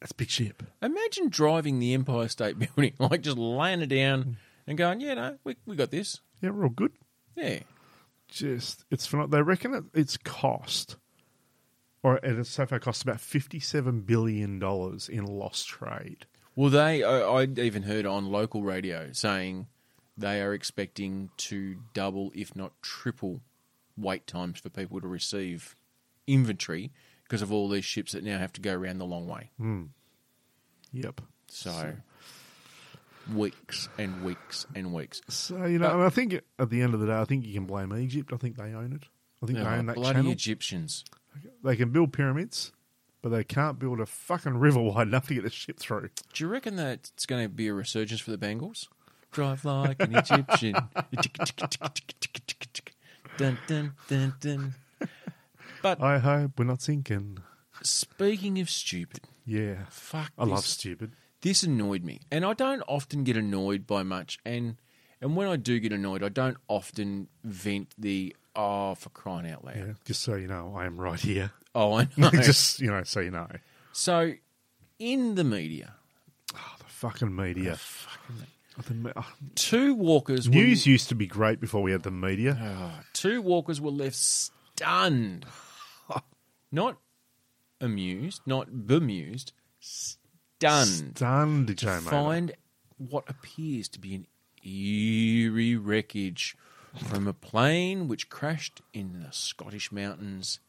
[SPEAKER 2] that's a big ship.
[SPEAKER 1] Imagine driving the Empire State [laughs] Building, like just laying it down and going, Yeah, no, we, we got this.
[SPEAKER 2] Yeah, we're all good.
[SPEAKER 1] Yeah.
[SPEAKER 2] Just it's phenom- they reckon it, its cost, or it has so far cost about fifty-seven billion dollars in lost trade.
[SPEAKER 1] Well, they I, I even heard on local radio saying they are expecting to double, if not triple, wait times for people to receive inventory because of all these ships that now have to go around the long way.
[SPEAKER 2] Mm. Yep.
[SPEAKER 1] So weeks and weeks and weeks.
[SPEAKER 2] So you know, and I think at the end of the day, I think you can blame Egypt. I think they own it. I think they
[SPEAKER 1] Oh,
[SPEAKER 2] own that
[SPEAKER 1] bloody
[SPEAKER 2] channel.
[SPEAKER 1] Egyptians!
[SPEAKER 2] They can build pyramids, but they can't build a fucking river wide enough to get a ship through.
[SPEAKER 1] Do you reckon that it's going to be a resurgence for the Bengals? Drive like an
[SPEAKER 2] [laughs]
[SPEAKER 1] Egyptian. dun, dun, dun,
[SPEAKER 2] [laughs]
[SPEAKER 1] dun. But
[SPEAKER 2] I hope we're not sinking.
[SPEAKER 1] speaking of stupid,
[SPEAKER 2] Yeah,
[SPEAKER 1] Fuck.
[SPEAKER 2] I
[SPEAKER 1] this,
[SPEAKER 2] love stupid.
[SPEAKER 1] this annoyed me, and I don't often get annoyed by much. And and when I do get annoyed, I don't often vent the oh for crying out loud.
[SPEAKER 2] Yeah, just so you know, I am right [laughs] here.
[SPEAKER 1] Oh, I know.
[SPEAKER 2] just you know, so you know.
[SPEAKER 1] so in the media,
[SPEAKER 2] Oh, the fucking media. Oh, the me- oh.
[SPEAKER 1] two walkers
[SPEAKER 2] News used to be great before we had the media.
[SPEAKER 1] were oh, two walkers were left
[SPEAKER 2] [laughs]
[SPEAKER 1] stunned, not amused, not bemused, stunned.
[SPEAKER 2] Stunned, Joe.
[SPEAKER 1] to
[SPEAKER 2] Mayer.
[SPEAKER 1] find what appears to be an eerie wreckage from a plane which crashed in the Scottish mountains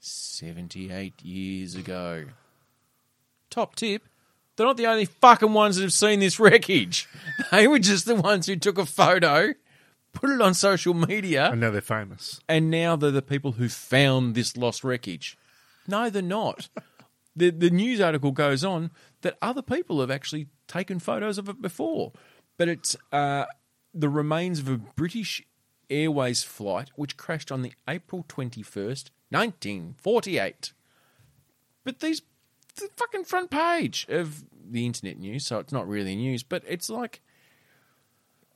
[SPEAKER 1] 78 years ago. Top tip they're not the only fucking ones that have seen this wreckage. [laughs] They were just the ones who took a photo, put it on social media,
[SPEAKER 2] And now they're famous. [laughs]
[SPEAKER 1] and now they're the people who found this lost wreckage. No, they're not. the The news article goes on that other people have actually taken photos of it before, but it's uh, the remains of a British Airways flight which crashed on the April twenty first, nineteen forty eight. But these the fucking front page of the internet news, so it's not really news, but it's like.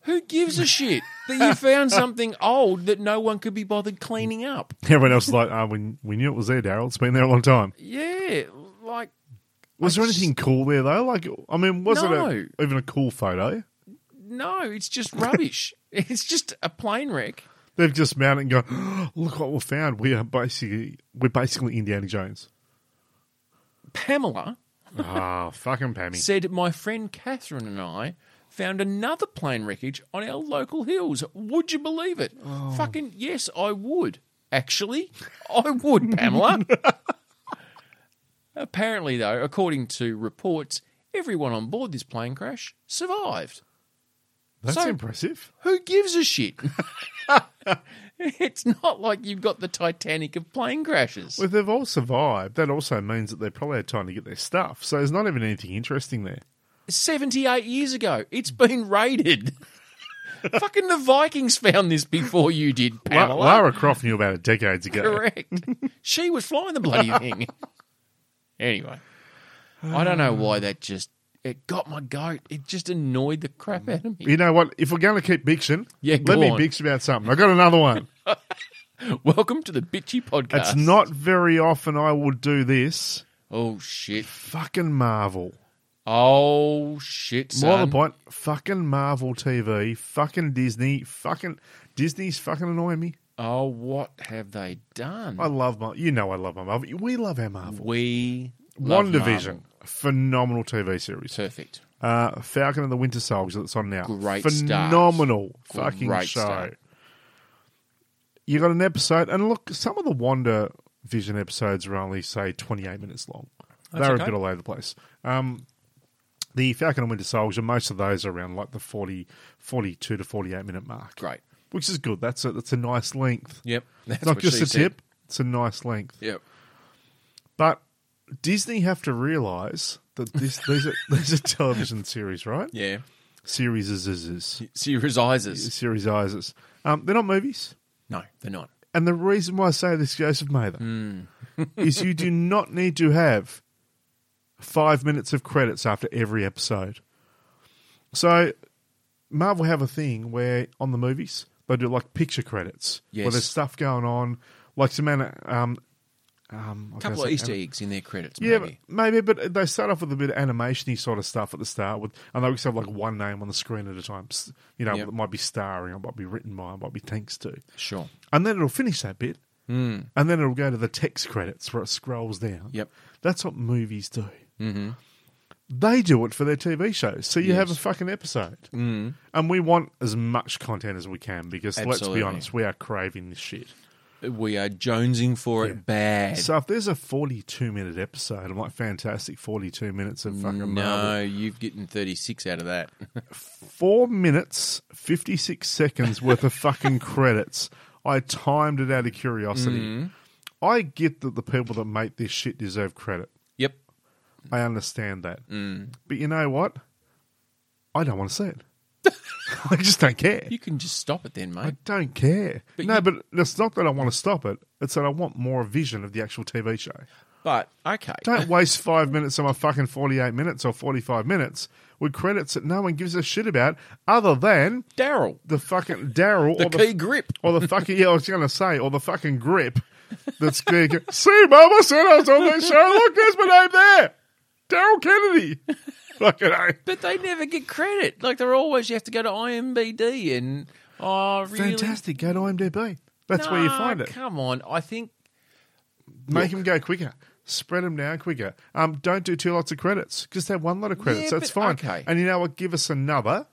[SPEAKER 1] Who gives a shit that you found something old that no one could be bothered cleaning up?
[SPEAKER 2] Everyone else is like, oh, we, we knew it was there, Daryl. It's been there a long time.
[SPEAKER 1] Yeah, like
[SPEAKER 2] Was there anything cool there though? Like, I mean, was
[SPEAKER 1] No.
[SPEAKER 2] it a, even a cool photo?
[SPEAKER 1] no, it's just rubbish. it's just a plane wreck.
[SPEAKER 2] They've just mounted and gone. [gasps] Look what we found. We are basically we're basically Indiana Jones.
[SPEAKER 1] Pamela
[SPEAKER 2] Ah, fucking Pammy.
[SPEAKER 1] said, "My friend Catherine and I found another plane wreckage on our local hills. Would you believe it? Fucking yes, I would. Actually, I would, Pamela. Apparently, though, according to reports, everyone on board this plane crash survived.
[SPEAKER 2] That's
[SPEAKER 1] So-
[SPEAKER 2] impressive.
[SPEAKER 1] Who gives a shit? [laughs] it's not like you've got the Titanic of plane crashes.
[SPEAKER 2] Well, if they've all survived, that also means that they probably had time to get their stuff. So there's not even anything interesting there.
[SPEAKER 1] 78 years ago. It's been raided. [laughs] Fucking the Vikings found this before you did,
[SPEAKER 2] La-
[SPEAKER 1] Pamela. [laughs]
[SPEAKER 2] Lara Croft knew about it decades ago.
[SPEAKER 1] Correct. she was flying the
[SPEAKER 2] [laughs]
[SPEAKER 1] bloody thing. anyway, I don't know why that just it got my goat. It just annoyed the crap out of me.
[SPEAKER 2] You know what? If we're going to keep bitching,
[SPEAKER 1] Yeah, go
[SPEAKER 2] let me
[SPEAKER 1] on.
[SPEAKER 2] bitch about something. I got
[SPEAKER 1] [laughs]
[SPEAKER 2] another one.
[SPEAKER 1] Welcome to the bitchy podcast.
[SPEAKER 2] It's not very often I will do this.
[SPEAKER 1] Oh shit.
[SPEAKER 2] Fucking Marvel.
[SPEAKER 1] Oh shit. Son.
[SPEAKER 2] More to the point, fucking Marvel TV, fucking Disney, fucking Disney's fucking annoying me.
[SPEAKER 1] Oh, what have they done?
[SPEAKER 2] I love my, you know, I love my Marvel. We love our Marvel.
[SPEAKER 1] we love
[SPEAKER 2] One Division,
[SPEAKER 1] Marvel.
[SPEAKER 2] phenomenal TV series.
[SPEAKER 1] Perfect.
[SPEAKER 2] Uh, Falcon and the Winter Soldier that's on now.
[SPEAKER 1] Great start.
[SPEAKER 2] Phenomenal fucking
[SPEAKER 1] Great
[SPEAKER 2] show.
[SPEAKER 1] start.
[SPEAKER 2] You got an episode, and look, some of the Wonder Vision episodes are only say twenty eight minutes long.
[SPEAKER 1] That's
[SPEAKER 2] They're
[SPEAKER 1] okay.
[SPEAKER 2] a bit all over the place. Um, the Falcon and Winter Soldier, most of those are around like the 40, 42 to forty eight minute mark,
[SPEAKER 1] Great.
[SPEAKER 2] which is good. That's a that's a nice length.
[SPEAKER 1] Yep. That's
[SPEAKER 2] It's not
[SPEAKER 1] what
[SPEAKER 2] just
[SPEAKER 1] she
[SPEAKER 2] a
[SPEAKER 1] said.
[SPEAKER 2] tip; it's a nice length.
[SPEAKER 1] Yep.
[SPEAKER 2] But Disney have to realise that this these are [laughs] these are television series, right?
[SPEAKER 1] Yeah.
[SPEAKER 2] Series is is is
[SPEAKER 1] Serializes.
[SPEAKER 2] series is. Um, they're not movies,
[SPEAKER 1] No, they're not.
[SPEAKER 2] and the reason why I say this, Joseph Mather,
[SPEAKER 1] Hmm.
[SPEAKER 2] is you
[SPEAKER 1] [laughs]
[SPEAKER 2] do not need to have five minutes of credits after every episode. So Marvel have a thing where on the movies they do like picture credits, where
[SPEAKER 1] Yes.
[SPEAKER 2] there's stuff going on, like some an- um. Um,
[SPEAKER 1] A couple of Easter eggs in their credits,
[SPEAKER 2] Yeah,
[SPEAKER 1] maybe.
[SPEAKER 2] but- maybe, but they start off with a bit of animation-y sort of stuff at the start, with and they always have like one name on the screen at a time. S- You know,
[SPEAKER 1] Yep.
[SPEAKER 2] it might be starring, it might be written by, it might be thanks to,
[SPEAKER 1] Sure.
[SPEAKER 2] and then it'll finish that bit, and then it'll go to the text credits where it scrolls down.
[SPEAKER 1] Hmm. Yep.
[SPEAKER 2] that's what movies do.
[SPEAKER 1] Mm-hmm.
[SPEAKER 2] They do it for their TV shows, so you have a
[SPEAKER 1] Yes.
[SPEAKER 2] fucking episode,
[SPEAKER 1] Mm.
[SPEAKER 2] and we want as much content as we can because let's
[SPEAKER 1] Absolutely.
[SPEAKER 2] be honest, we are craving this shit.
[SPEAKER 1] We are jonesing for
[SPEAKER 2] Yeah.
[SPEAKER 1] it bad.
[SPEAKER 2] So if there's a 42 minute episode, I'm like, fantastic, 42 minutes of fucking
[SPEAKER 1] no,
[SPEAKER 2] Marvel.
[SPEAKER 1] you've getting 36 out of that. [laughs]
[SPEAKER 2] four minutes, 56 seconds worth of
[SPEAKER 1] [laughs]
[SPEAKER 2] fucking credits. I timed it out of curiosity.
[SPEAKER 1] Mm.
[SPEAKER 2] I get that the people that make this shit deserve credit.
[SPEAKER 1] yep.
[SPEAKER 2] I understand that.
[SPEAKER 1] Mm.
[SPEAKER 2] But you know what? I don't want to see it. [laughs] I just don't care.
[SPEAKER 1] You can just stop it then,
[SPEAKER 2] I
[SPEAKER 1] mate.
[SPEAKER 2] don't care.
[SPEAKER 1] But
[SPEAKER 2] no,
[SPEAKER 1] you-
[SPEAKER 2] but it's not that I want to stop it. It's that I want more vision of the actual TV show.
[SPEAKER 1] But, okay. [laughs]
[SPEAKER 2] Don't waste five minutes on my fucking 48 minutes or 45 minutes with credits that no one gives a shit about other than
[SPEAKER 1] Daryl,
[SPEAKER 2] the fucking Daryl
[SPEAKER 1] the
[SPEAKER 2] or the
[SPEAKER 1] key grip.
[SPEAKER 2] or the fucking yeah, I was gonna say, or the fucking grip that's going see, Mum, I said I was on that show. Look, there's my name there, Daryl Kennedy. [laughs] Fucking A.
[SPEAKER 1] But they never get credit. Like, they're always, you have to go to IMBD and, oh, really?
[SPEAKER 2] fantastic. Go to IMDb. That's where you
[SPEAKER 1] Nah,
[SPEAKER 2] find it.
[SPEAKER 1] Come on. I think,
[SPEAKER 2] Make them go quicker. Spread them down quicker. Um, don't do two lots of credits. Just have one lot of credits.
[SPEAKER 1] Yeah,
[SPEAKER 2] That's
[SPEAKER 1] but-
[SPEAKER 2] fine.
[SPEAKER 1] okay.
[SPEAKER 2] And you know what? Give us another.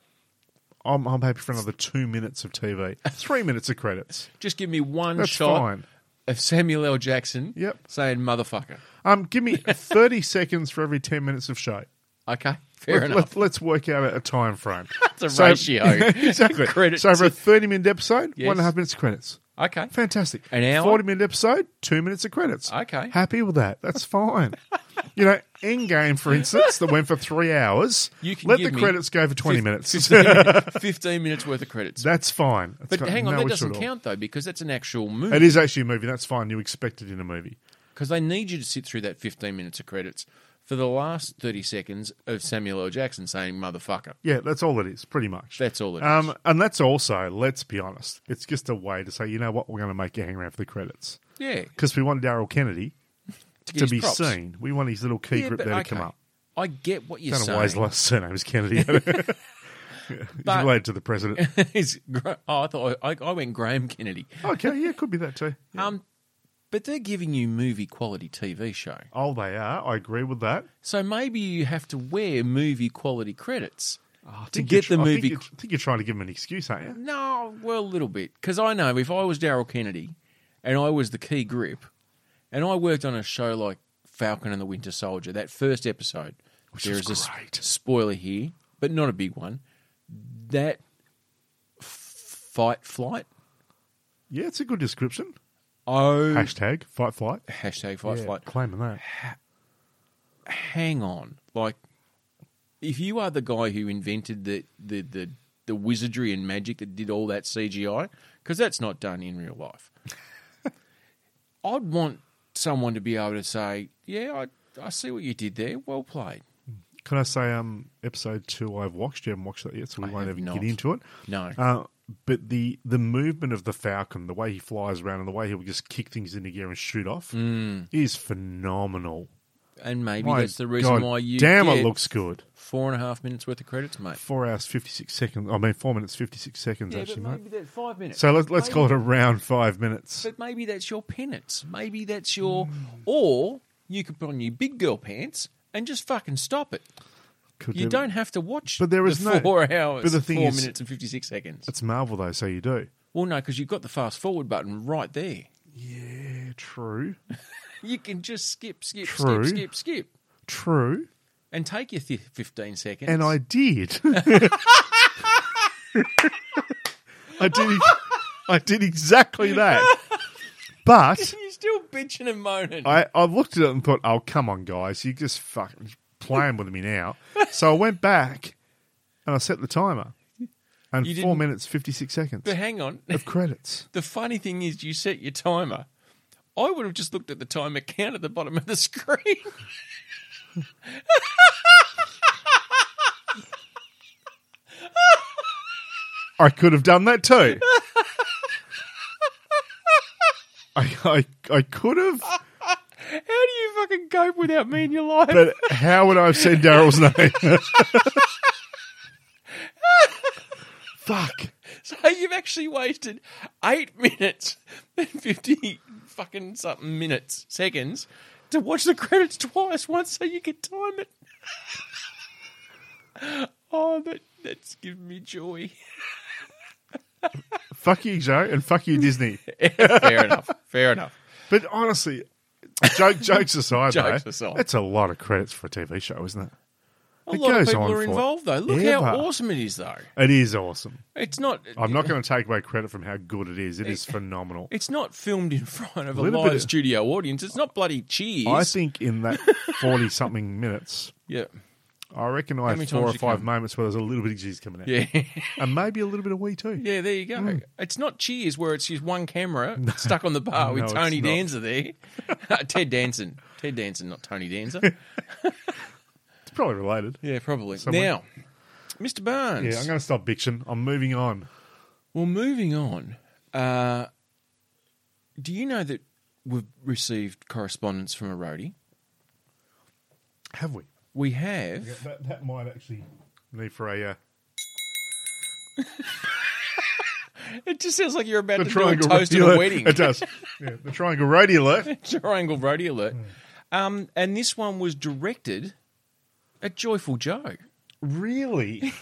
[SPEAKER 2] I'm, I'm happy for another two minutes
[SPEAKER 1] [laughs]
[SPEAKER 2] of TV. Three minutes of credits.
[SPEAKER 1] just give me one
[SPEAKER 2] That's
[SPEAKER 1] shot
[SPEAKER 2] fine.
[SPEAKER 1] of Samuel L. Jackson
[SPEAKER 2] Yep.
[SPEAKER 1] saying, motherfucker.
[SPEAKER 2] Um, give me 30 seconds for every 10 minutes of show.
[SPEAKER 1] Okay. Fair
[SPEAKER 2] Let-
[SPEAKER 1] enough.
[SPEAKER 2] let's, let's work out a, a time frame.
[SPEAKER 1] [laughs] That's a ratio.
[SPEAKER 2] [laughs] exactly.
[SPEAKER 1] Credits.
[SPEAKER 2] So for a 30 minute episode,
[SPEAKER 1] Yes.
[SPEAKER 2] one and a half minutes of credits.
[SPEAKER 1] Okay.
[SPEAKER 2] Fantastic.
[SPEAKER 1] An hour?
[SPEAKER 2] 40 minute episode, two minutes of credits.
[SPEAKER 1] Okay.
[SPEAKER 2] Happy with that. That's fine. you know, Endgame, for instance, that went for three hours.
[SPEAKER 1] You can
[SPEAKER 2] Let
[SPEAKER 1] give
[SPEAKER 2] the
[SPEAKER 1] me
[SPEAKER 2] credits go for 20 minutes.
[SPEAKER 1] 15,
[SPEAKER 2] [laughs]
[SPEAKER 1] minutes- 15 minutes worth of credits.
[SPEAKER 2] That's fine. It's
[SPEAKER 1] but
[SPEAKER 2] got
[SPEAKER 1] hang on,
[SPEAKER 2] no
[SPEAKER 1] that
[SPEAKER 2] issue
[SPEAKER 1] doesn't
[SPEAKER 2] at all.
[SPEAKER 1] count though because that's an actual
[SPEAKER 2] It
[SPEAKER 1] movie.
[SPEAKER 2] is actually a movie. That's fine. You expect it in a movie.
[SPEAKER 1] Because they need you to sit through that 15 minutes of credits for the last 30 seconds of Samuel L. Jackson saying "motherfucker."
[SPEAKER 2] Yeah, that's all it is, pretty much.
[SPEAKER 1] That's all it is.
[SPEAKER 2] um, And that's also, let's be honest, it's just a way to say, you know what, we're going to make you hang around for the credits.
[SPEAKER 1] Yeah,
[SPEAKER 2] Because we want Daryl Kennedy.
[SPEAKER 1] get
[SPEAKER 2] to
[SPEAKER 1] his
[SPEAKER 2] be
[SPEAKER 1] props.
[SPEAKER 2] seen. We want his little key
[SPEAKER 1] Yeah,
[SPEAKER 2] grip
[SPEAKER 1] but
[SPEAKER 2] there to
[SPEAKER 1] okay.
[SPEAKER 2] come up.
[SPEAKER 1] I get what you're
[SPEAKER 2] Don't know why his
[SPEAKER 1] saying.
[SPEAKER 2] last [laughs] surname
[SPEAKER 1] [laughs]
[SPEAKER 2] is Kennedy. He's
[SPEAKER 1] But-
[SPEAKER 2] related to
[SPEAKER 1] [laughs]
[SPEAKER 2] the president.
[SPEAKER 1] He's gra- oh, I thought I, I went Graham Kennedy.
[SPEAKER 2] Okay, yeah, could be that too. Yeah.
[SPEAKER 1] Um, but they're giving you movie quality TV show,
[SPEAKER 2] oh, they are. I agree with that.
[SPEAKER 1] so maybe you have Oh, to wear movie quality credits.
[SPEAKER 2] Oh, I
[SPEAKER 1] to
[SPEAKER 2] think
[SPEAKER 1] get
[SPEAKER 2] you're
[SPEAKER 1] the
[SPEAKER 2] tr- I
[SPEAKER 1] movie
[SPEAKER 2] think you're, I think you're trying to give him an excuse, aren't you?
[SPEAKER 1] No, well, a little bit. Because I know if I was Daryl Kennedy and I was the key grip and I worked on a show like Falcon and the Winter Soldier, that first episode,
[SPEAKER 2] Which
[SPEAKER 1] there is
[SPEAKER 2] was
[SPEAKER 1] a s-
[SPEAKER 2] great.
[SPEAKER 1] spoiler here, but not a big one. That f- fight flight.
[SPEAKER 2] Yeah, it's a good description.
[SPEAKER 1] Oh,
[SPEAKER 2] Hashtag fight flight.
[SPEAKER 1] hashtag fight
[SPEAKER 2] Yeah,
[SPEAKER 1] flight.
[SPEAKER 2] Claiming that.
[SPEAKER 1] hang on, like if you are the guy who invented the the the, the wizardry and magic that did all that CGI, because that's not done in real life. [laughs] I'd want someone to be able to say, "Yeah, I I see what you did there. Well played."
[SPEAKER 2] Can I say um episode two I've watched? You haven't watched that yet, so we
[SPEAKER 1] I
[SPEAKER 2] won't
[SPEAKER 1] have
[SPEAKER 2] even
[SPEAKER 1] not.
[SPEAKER 2] get into it.
[SPEAKER 1] No,
[SPEAKER 2] Uh, but the the movement of the Falcon, the way he flies around, and the way he'll just kick things into gear and shoot off, is phenomenal.
[SPEAKER 1] and Mm. maybe
[SPEAKER 2] My
[SPEAKER 1] that's the reason
[SPEAKER 2] God
[SPEAKER 1] why you
[SPEAKER 2] damn
[SPEAKER 1] get
[SPEAKER 2] it looks good.
[SPEAKER 1] four and a half minutes worth of credits, mate.
[SPEAKER 2] Four hours fifty six seconds. I mean, four minutes fifty six seconds
[SPEAKER 1] Yeah,
[SPEAKER 2] actually,
[SPEAKER 1] but
[SPEAKER 2] mate.
[SPEAKER 1] maybe that's five minutes.
[SPEAKER 2] So let's let's
[SPEAKER 1] Maybe
[SPEAKER 2] call it around five minutes.
[SPEAKER 1] But maybe that's your penance. Maybe that's your. Or you could put on your big girl pants and just fucking stop it.
[SPEAKER 2] Could
[SPEAKER 1] You
[SPEAKER 2] do-
[SPEAKER 1] don't have to watch.
[SPEAKER 2] But there is
[SPEAKER 1] the
[SPEAKER 2] no-
[SPEAKER 1] four [laughs] hours,
[SPEAKER 2] but the thing
[SPEAKER 1] four
[SPEAKER 2] is-
[SPEAKER 1] minutes and fifty six seconds.
[SPEAKER 2] It's Marvel though, so you do.
[SPEAKER 1] Well, no, because you've got the fast forward button right there.
[SPEAKER 2] Yeah, true,
[SPEAKER 1] You can just skip, skip,
[SPEAKER 2] True.
[SPEAKER 1] skip, skip, skip,
[SPEAKER 2] true.
[SPEAKER 1] and take your th- fifteen seconds.
[SPEAKER 2] And I did. I did. I did exactly that. But
[SPEAKER 1] [laughs] you're still bitching and moaning.
[SPEAKER 2] I, I looked at it and thought, "Oh, come on, guys, you just fucking playing with me now."
[SPEAKER 1] [laughs]
[SPEAKER 2] So I went back and I set the timer, and
[SPEAKER 1] You
[SPEAKER 2] four
[SPEAKER 1] didn't-
[SPEAKER 2] minutes fifty six seconds
[SPEAKER 1] but hang on. [laughs]
[SPEAKER 2] of credits.
[SPEAKER 1] The funny thing is, you set your timer. I would have just looked at the timer count at the bottom of the [laughs] screen.
[SPEAKER 2] I could have done
[SPEAKER 1] [laughs]
[SPEAKER 2] that too. I, I I could have,
[SPEAKER 1] How do you fucking cope without me in your life?
[SPEAKER 2] but how would I have said
[SPEAKER 1] [laughs]
[SPEAKER 2] Daryl's name? Fuck.
[SPEAKER 1] So you've actually wasted eight [laughs] minutes and fifty fucking something minutes seconds to watch the credits twice, once so you could time it. [laughs] Oh, that that's giving me joy.
[SPEAKER 2] Fuck you, Joe, and fuck you, Disney.
[SPEAKER 1] fair enough. Fair enough.
[SPEAKER 2] But honestly, joke,
[SPEAKER 1] [laughs]
[SPEAKER 2] jokes aside,
[SPEAKER 1] Jokes
[SPEAKER 2] though,
[SPEAKER 1] aside.
[SPEAKER 2] it's a lot of credits for a TV show, isn't it?
[SPEAKER 1] [laughs] A
[SPEAKER 2] It
[SPEAKER 1] lot of
[SPEAKER 2] goes
[SPEAKER 1] people
[SPEAKER 2] on
[SPEAKER 1] are
[SPEAKER 2] for-
[SPEAKER 1] involved though. Look
[SPEAKER 2] Yeah,
[SPEAKER 1] how
[SPEAKER 2] but-
[SPEAKER 1] awesome it is though.
[SPEAKER 2] It is awesome.
[SPEAKER 1] It's not
[SPEAKER 2] I'm not going to take away credit from how good it is. It is phenomenal.
[SPEAKER 1] it's not filmed in [laughs] front of a
[SPEAKER 2] Little
[SPEAKER 1] live
[SPEAKER 2] bit of-
[SPEAKER 1] studio audience. It's not bloody cheers.
[SPEAKER 2] I think in that 40 something minutes,
[SPEAKER 1] yeah. [laughs]
[SPEAKER 2] I reckon I
[SPEAKER 1] many
[SPEAKER 2] had four
[SPEAKER 1] times
[SPEAKER 2] or
[SPEAKER 1] you
[SPEAKER 2] five
[SPEAKER 1] come?
[SPEAKER 2] moments where there's a little bit of G's coming out.
[SPEAKER 1] Yeah.
[SPEAKER 2] And maybe a little bit of we too.
[SPEAKER 1] Yeah, there you go.
[SPEAKER 2] Hmm.
[SPEAKER 1] It's not Cheers where it's just one
[SPEAKER 2] [laughs]
[SPEAKER 1] camera stuck on the bar with
[SPEAKER 2] No, it's
[SPEAKER 1] Tony
[SPEAKER 2] not.
[SPEAKER 1] Danza
[SPEAKER 2] [laughs]
[SPEAKER 1] there. Uh, Ted Danson. Ted Danson, not Tony Danza.
[SPEAKER 2] It's probably related.
[SPEAKER 1] yeah, probably.
[SPEAKER 2] Somewhere.
[SPEAKER 1] Now, Mr. Barnes.
[SPEAKER 2] Yeah, I'm going to stop bitching. I'm moving on.
[SPEAKER 1] Well, moving on. Uh, do you know that we've received correspondence from a roadie?
[SPEAKER 2] Have we?
[SPEAKER 1] We have.
[SPEAKER 2] Yeah, that, that might actually need for a. Uh,
[SPEAKER 1] It just sounds like you're about
[SPEAKER 2] the
[SPEAKER 1] to do a
[SPEAKER 2] triangle
[SPEAKER 1] toast at
[SPEAKER 2] radio-
[SPEAKER 1] a wedding. [laughs]
[SPEAKER 2] [laughs] It does. Yeah, the triangle radio alert.
[SPEAKER 1] Triangle roadie alert.
[SPEAKER 2] Hmm.
[SPEAKER 1] Um, and this one was directed at Joyful Joe.
[SPEAKER 2] Really?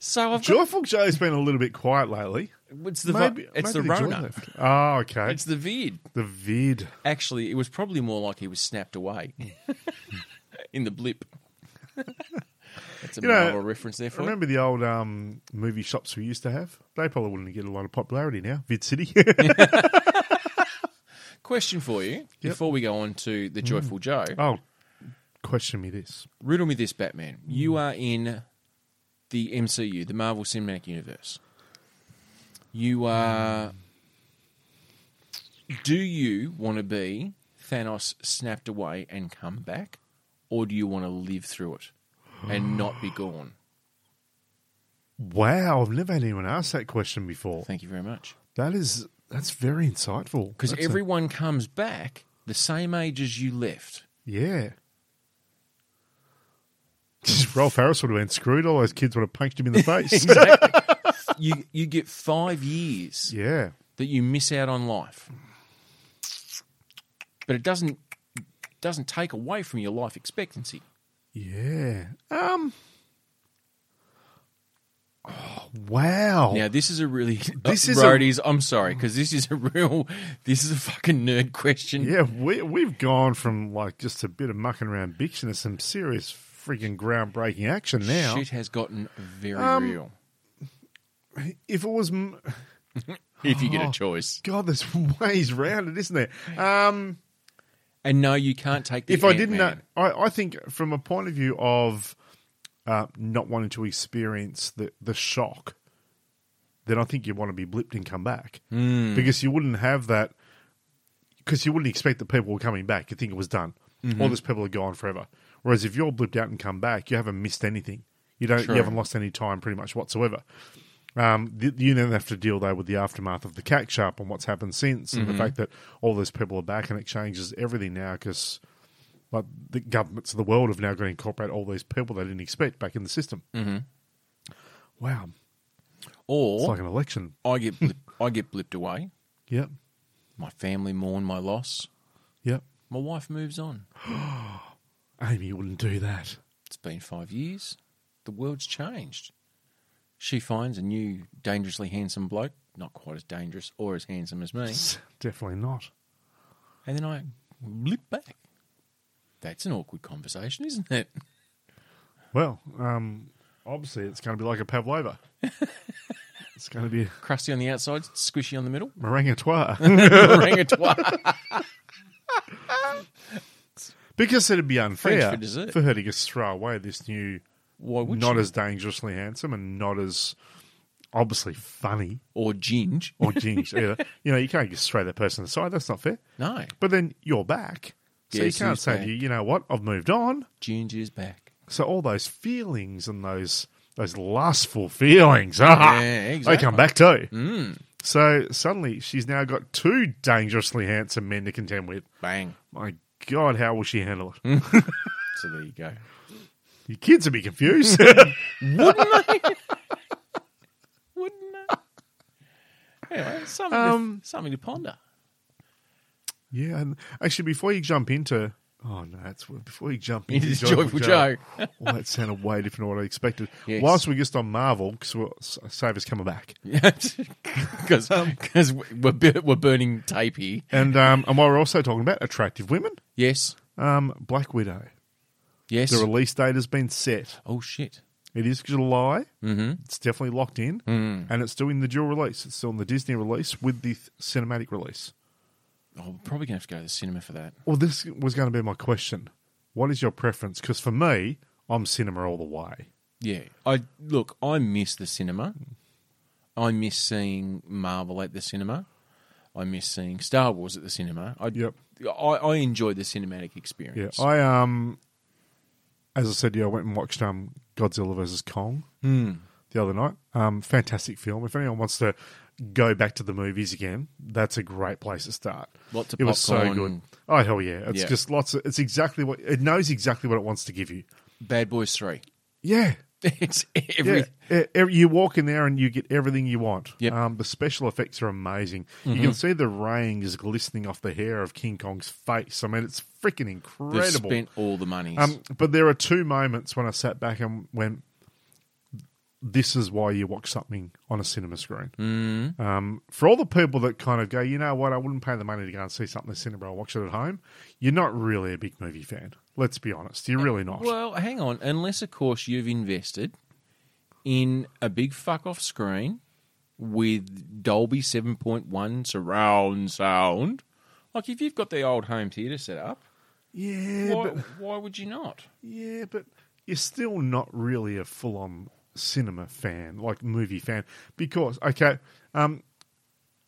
[SPEAKER 1] So I've got
[SPEAKER 2] Joyful Joe's been a little bit quiet lately.
[SPEAKER 1] It's the vi-
[SPEAKER 2] maybe
[SPEAKER 1] it's
[SPEAKER 2] maybe
[SPEAKER 1] the
[SPEAKER 2] joy
[SPEAKER 1] Rona.
[SPEAKER 2] left. Oh, okay.
[SPEAKER 1] It's the vid.
[SPEAKER 2] the vid.
[SPEAKER 1] Actually, it was probably more like he was snapped
[SPEAKER 2] [laughs]
[SPEAKER 1] away in the blip. That's a
[SPEAKER 2] You know,
[SPEAKER 1] Marvel reference there for you.
[SPEAKER 2] Remember the old um, movie shops we used to have? They probably wouldn't get a lot of popularity now. Vid City. [laughs]
[SPEAKER 1] Question for you before we go on to the joyful Joe.
[SPEAKER 2] oh, question me this.
[SPEAKER 1] Riddle me this, Batman.
[SPEAKER 2] Hmm.
[SPEAKER 1] You are in the MCU, the Marvel Cinematic Universe.
[SPEAKER 2] Hmm.
[SPEAKER 1] You are. Do you want to be Thanos snapped away and come back, or do you want to live through it
[SPEAKER 2] [gasps]
[SPEAKER 1] and not be gone?
[SPEAKER 2] Wow, I've never had anyone ask that question before.
[SPEAKER 1] Thank you very much.
[SPEAKER 2] That is that's very insightful.
[SPEAKER 1] Because
[SPEAKER 2] That's a-
[SPEAKER 1] everyone comes back the same age as you
[SPEAKER 2] [laughs]
[SPEAKER 1] left.
[SPEAKER 2] yeah. Rolf Harris would have been screwed. All those kids would have punched
[SPEAKER 1] [laughs]
[SPEAKER 2] him in the face.
[SPEAKER 1] you you get five years
[SPEAKER 2] yeah.
[SPEAKER 1] that you miss out on life, but it doesn't doesn't take away from your life expectancy.
[SPEAKER 2] Yeah. Um oh, Wow.
[SPEAKER 1] Now this is a
[SPEAKER 2] [laughs]
[SPEAKER 1] really
[SPEAKER 2] This
[SPEAKER 1] this
[SPEAKER 2] is
[SPEAKER 1] is
[SPEAKER 2] a-
[SPEAKER 1] roadies. i I'm sorry because this is a real this is a fucking nerd question.
[SPEAKER 2] Yeah, we we've gone from like just a bit of mucking around bitching to some serious freaking groundbreaking action now.
[SPEAKER 1] Shit has gotten very
[SPEAKER 2] Um,
[SPEAKER 1] real.
[SPEAKER 2] If it was m-
[SPEAKER 1] If you get a
[SPEAKER 2] oh.
[SPEAKER 1] choice,
[SPEAKER 2] God, there's [laughs] ways round it, isn't there? Um,
[SPEAKER 1] and no, you can't take. The
[SPEAKER 2] if I didn't know,
[SPEAKER 1] Ant-Man.
[SPEAKER 2] I, I think from a point of view of uh, not wanting to experience the the shock, then I think you want to be blipped and come back
[SPEAKER 1] Hmm.
[SPEAKER 2] because you wouldn't have that. Because you wouldn't expect that people were coming back. You think it was done.
[SPEAKER 1] Mm-hmm.
[SPEAKER 2] All these people are gone forever. Whereas if you're blipped out and come back, you haven't missed anything. You don't.
[SPEAKER 1] True.
[SPEAKER 2] You haven't lost any time, pretty much whatsoever. Um, th- you then have to deal though with the aftermath of the cat sharp and what's happened since,
[SPEAKER 1] Mm-hmm.
[SPEAKER 2] and the fact that all these people are back, and it changes everything now because like the governments of the world have now got to incorporate all these people they didn't expect back in the system. Mm-hmm. Wow, it's
[SPEAKER 1] or
[SPEAKER 2] like an election.
[SPEAKER 1] I get blip, I get blipped away.
[SPEAKER 2] Yep,
[SPEAKER 1] My family mourn my loss.
[SPEAKER 2] yep.
[SPEAKER 1] My wife moves on.
[SPEAKER 2] Amy wouldn't do that.
[SPEAKER 1] It's been five years. The world's changed. She finds a new dangerously handsome bloke, not quite as dangerous or as handsome as me,
[SPEAKER 2] Definitely not.
[SPEAKER 1] and then I blip back. That's an awkward conversation, isn't it?
[SPEAKER 2] Well, um, obviously it's going to be like
[SPEAKER 1] [laughs]
[SPEAKER 2] a pavlova. it's going to be
[SPEAKER 1] Crusty on the outside, squishy on the
[SPEAKER 2] [laughs]
[SPEAKER 1] middle. [laughs]
[SPEAKER 2] meringue
[SPEAKER 1] Orangutan.
[SPEAKER 2] because it'd be unfair
[SPEAKER 1] for dessert.
[SPEAKER 2] her to just throw away this new,
[SPEAKER 1] Why would
[SPEAKER 2] not
[SPEAKER 1] you?
[SPEAKER 2] as dangerously handsome and not as obviously funny
[SPEAKER 1] or ginge? [laughs]
[SPEAKER 2] or ginge either. You know, you can't just throw that person aside. That's not fair.
[SPEAKER 1] No,
[SPEAKER 2] But then you're back. So
[SPEAKER 1] Yes,
[SPEAKER 2] you can't
[SPEAKER 1] he's
[SPEAKER 2] say
[SPEAKER 1] back.
[SPEAKER 2] to you, you know what, I've moved on.
[SPEAKER 1] ginge is back.
[SPEAKER 2] So all those feelings and those those lustful feelings, [laughs] ah,
[SPEAKER 1] exactly. Mm.
[SPEAKER 2] they come back too. So suddenly she's now got two dangerously handsome men to contend with.
[SPEAKER 1] Bang.
[SPEAKER 2] My God, how will she handle
[SPEAKER 1] Mm.
[SPEAKER 2] it?
[SPEAKER 1] So there you go.
[SPEAKER 2] Your kids would
[SPEAKER 1] [laughs]
[SPEAKER 2] be confused. [laughs]
[SPEAKER 1] Wouldn't
[SPEAKER 2] [laughs]
[SPEAKER 1] I? Anyway, something,
[SPEAKER 2] Um,
[SPEAKER 1] to, something to ponder.
[SPEAKER 2] yeah, and actually, before you jump into oh no, that's before you jump
[SPEAKER 1] Into
[SPEAKER 2] into
[SPEAKER 1] this joyful Joe.
[SPEAKER 2] well, that sounded way different than what I expected.
[SPEAKER 1] Yes.
[SPEAKER 2] Whilst we're just on Marvel, because we'll, Saver's coming back.
[SPEAKER 1] [laughs] Because we're, bur- we're burning tape here.
[SPEAKER 2] And um, and while we're also talking about attractive women,
[SPEAKER 1] Yes.
[SPEAKER 2] um, Black Widow.
[SPEAKER 1] Yes.
[SPEAKER 2] The release date has been set.
[SPEAKER 1] oh, shit.
[SPEAKER 2] It is July. Mm-hmm. It's definitely locked in,
[SPEAKER 1] Hmm.
[SPEAKER 2] and it's doing the dual release. It's doing the Disney release with the th- cinematic release.
[SPEAKER 1] Oh, we're probably going to have to go to the cinema for that.
[SPEAKER 2] Well, this was going to be my question. What is your preference? Because for me, I'm cinema all the way.
[SPEAKER 1] Yeah. I Look, I miss the cinema. I miss seeing Marvel at the cinema. I miss seeing Star Wars at the cinema. I,
[SPEAKER 2] Yep.
[SPEAKER 1] I, I enjoy the cinematic
[SPEAKER 2] Yeah,
[SPEAKER 1] experience.
[SPEAKER 2] I um, as I said, yeah, I went and watched um Godzilla versus Kong
[SPEAKER 1] Hmm.
[SPEAKER 2] the other night. Um, fantastic film. If anyone wants to go back to the movies again, that's a great place to start.
[SPEAKER 1] Lots of
[SPEAKER 2] it was so
[SPEAKER 1] popcorn.
[SPEAKER 2] good. Oh hell yeah! It's
[SPEAKER 1] Yeah.
[SPEAKER 2] just lots. Of, it's exactly what it knows exactly what it wants to give you.
[SPEAKER 1] Bad Boys 3.
[SPEAKER 2] Yeah,
[SPEAKER 1] [laughs] It's every.
[SPEAKER 2] yeah. E- e- You walk in there and you get everything you want.
[SPEAKER 1] Yep. Mm-hmm.
[SPEAKER 2] Um, the special effects are amazing. You can see the rain just glistening off the hair of King Kong's face. I mean, it's freaking incredible.
[SPEAKER 1] They've spent all the money.
[SPEAKER 2] Um, but there are two moments when I sat back and went, "This is why you watch something on a cinema screen." Mm. Um, for all the people that kind of go, you know what, I wouldn't pay the money to go and see something in the cinema. I'll watch it at home. You're not really a big movie fan. Let's be honest.
[SPEAKER 1] Uh,
[SPEAKER 2] You're really not.
[SPEAKER 1] well, hang on. Unless, of course, you've invested in a big fuck off screen with Dolby 7.1 surround sound. Like, if you've got the old home theatre set up,
[SPEAKER 2] yeah,
[SPEAKER 1] why,
[SPEAKER 2] but
[SPEAKER 1] why would you not?
[SPEAKER 2] yeah, but you're still not really a full on cinema fan, like movie fan, because okay, um,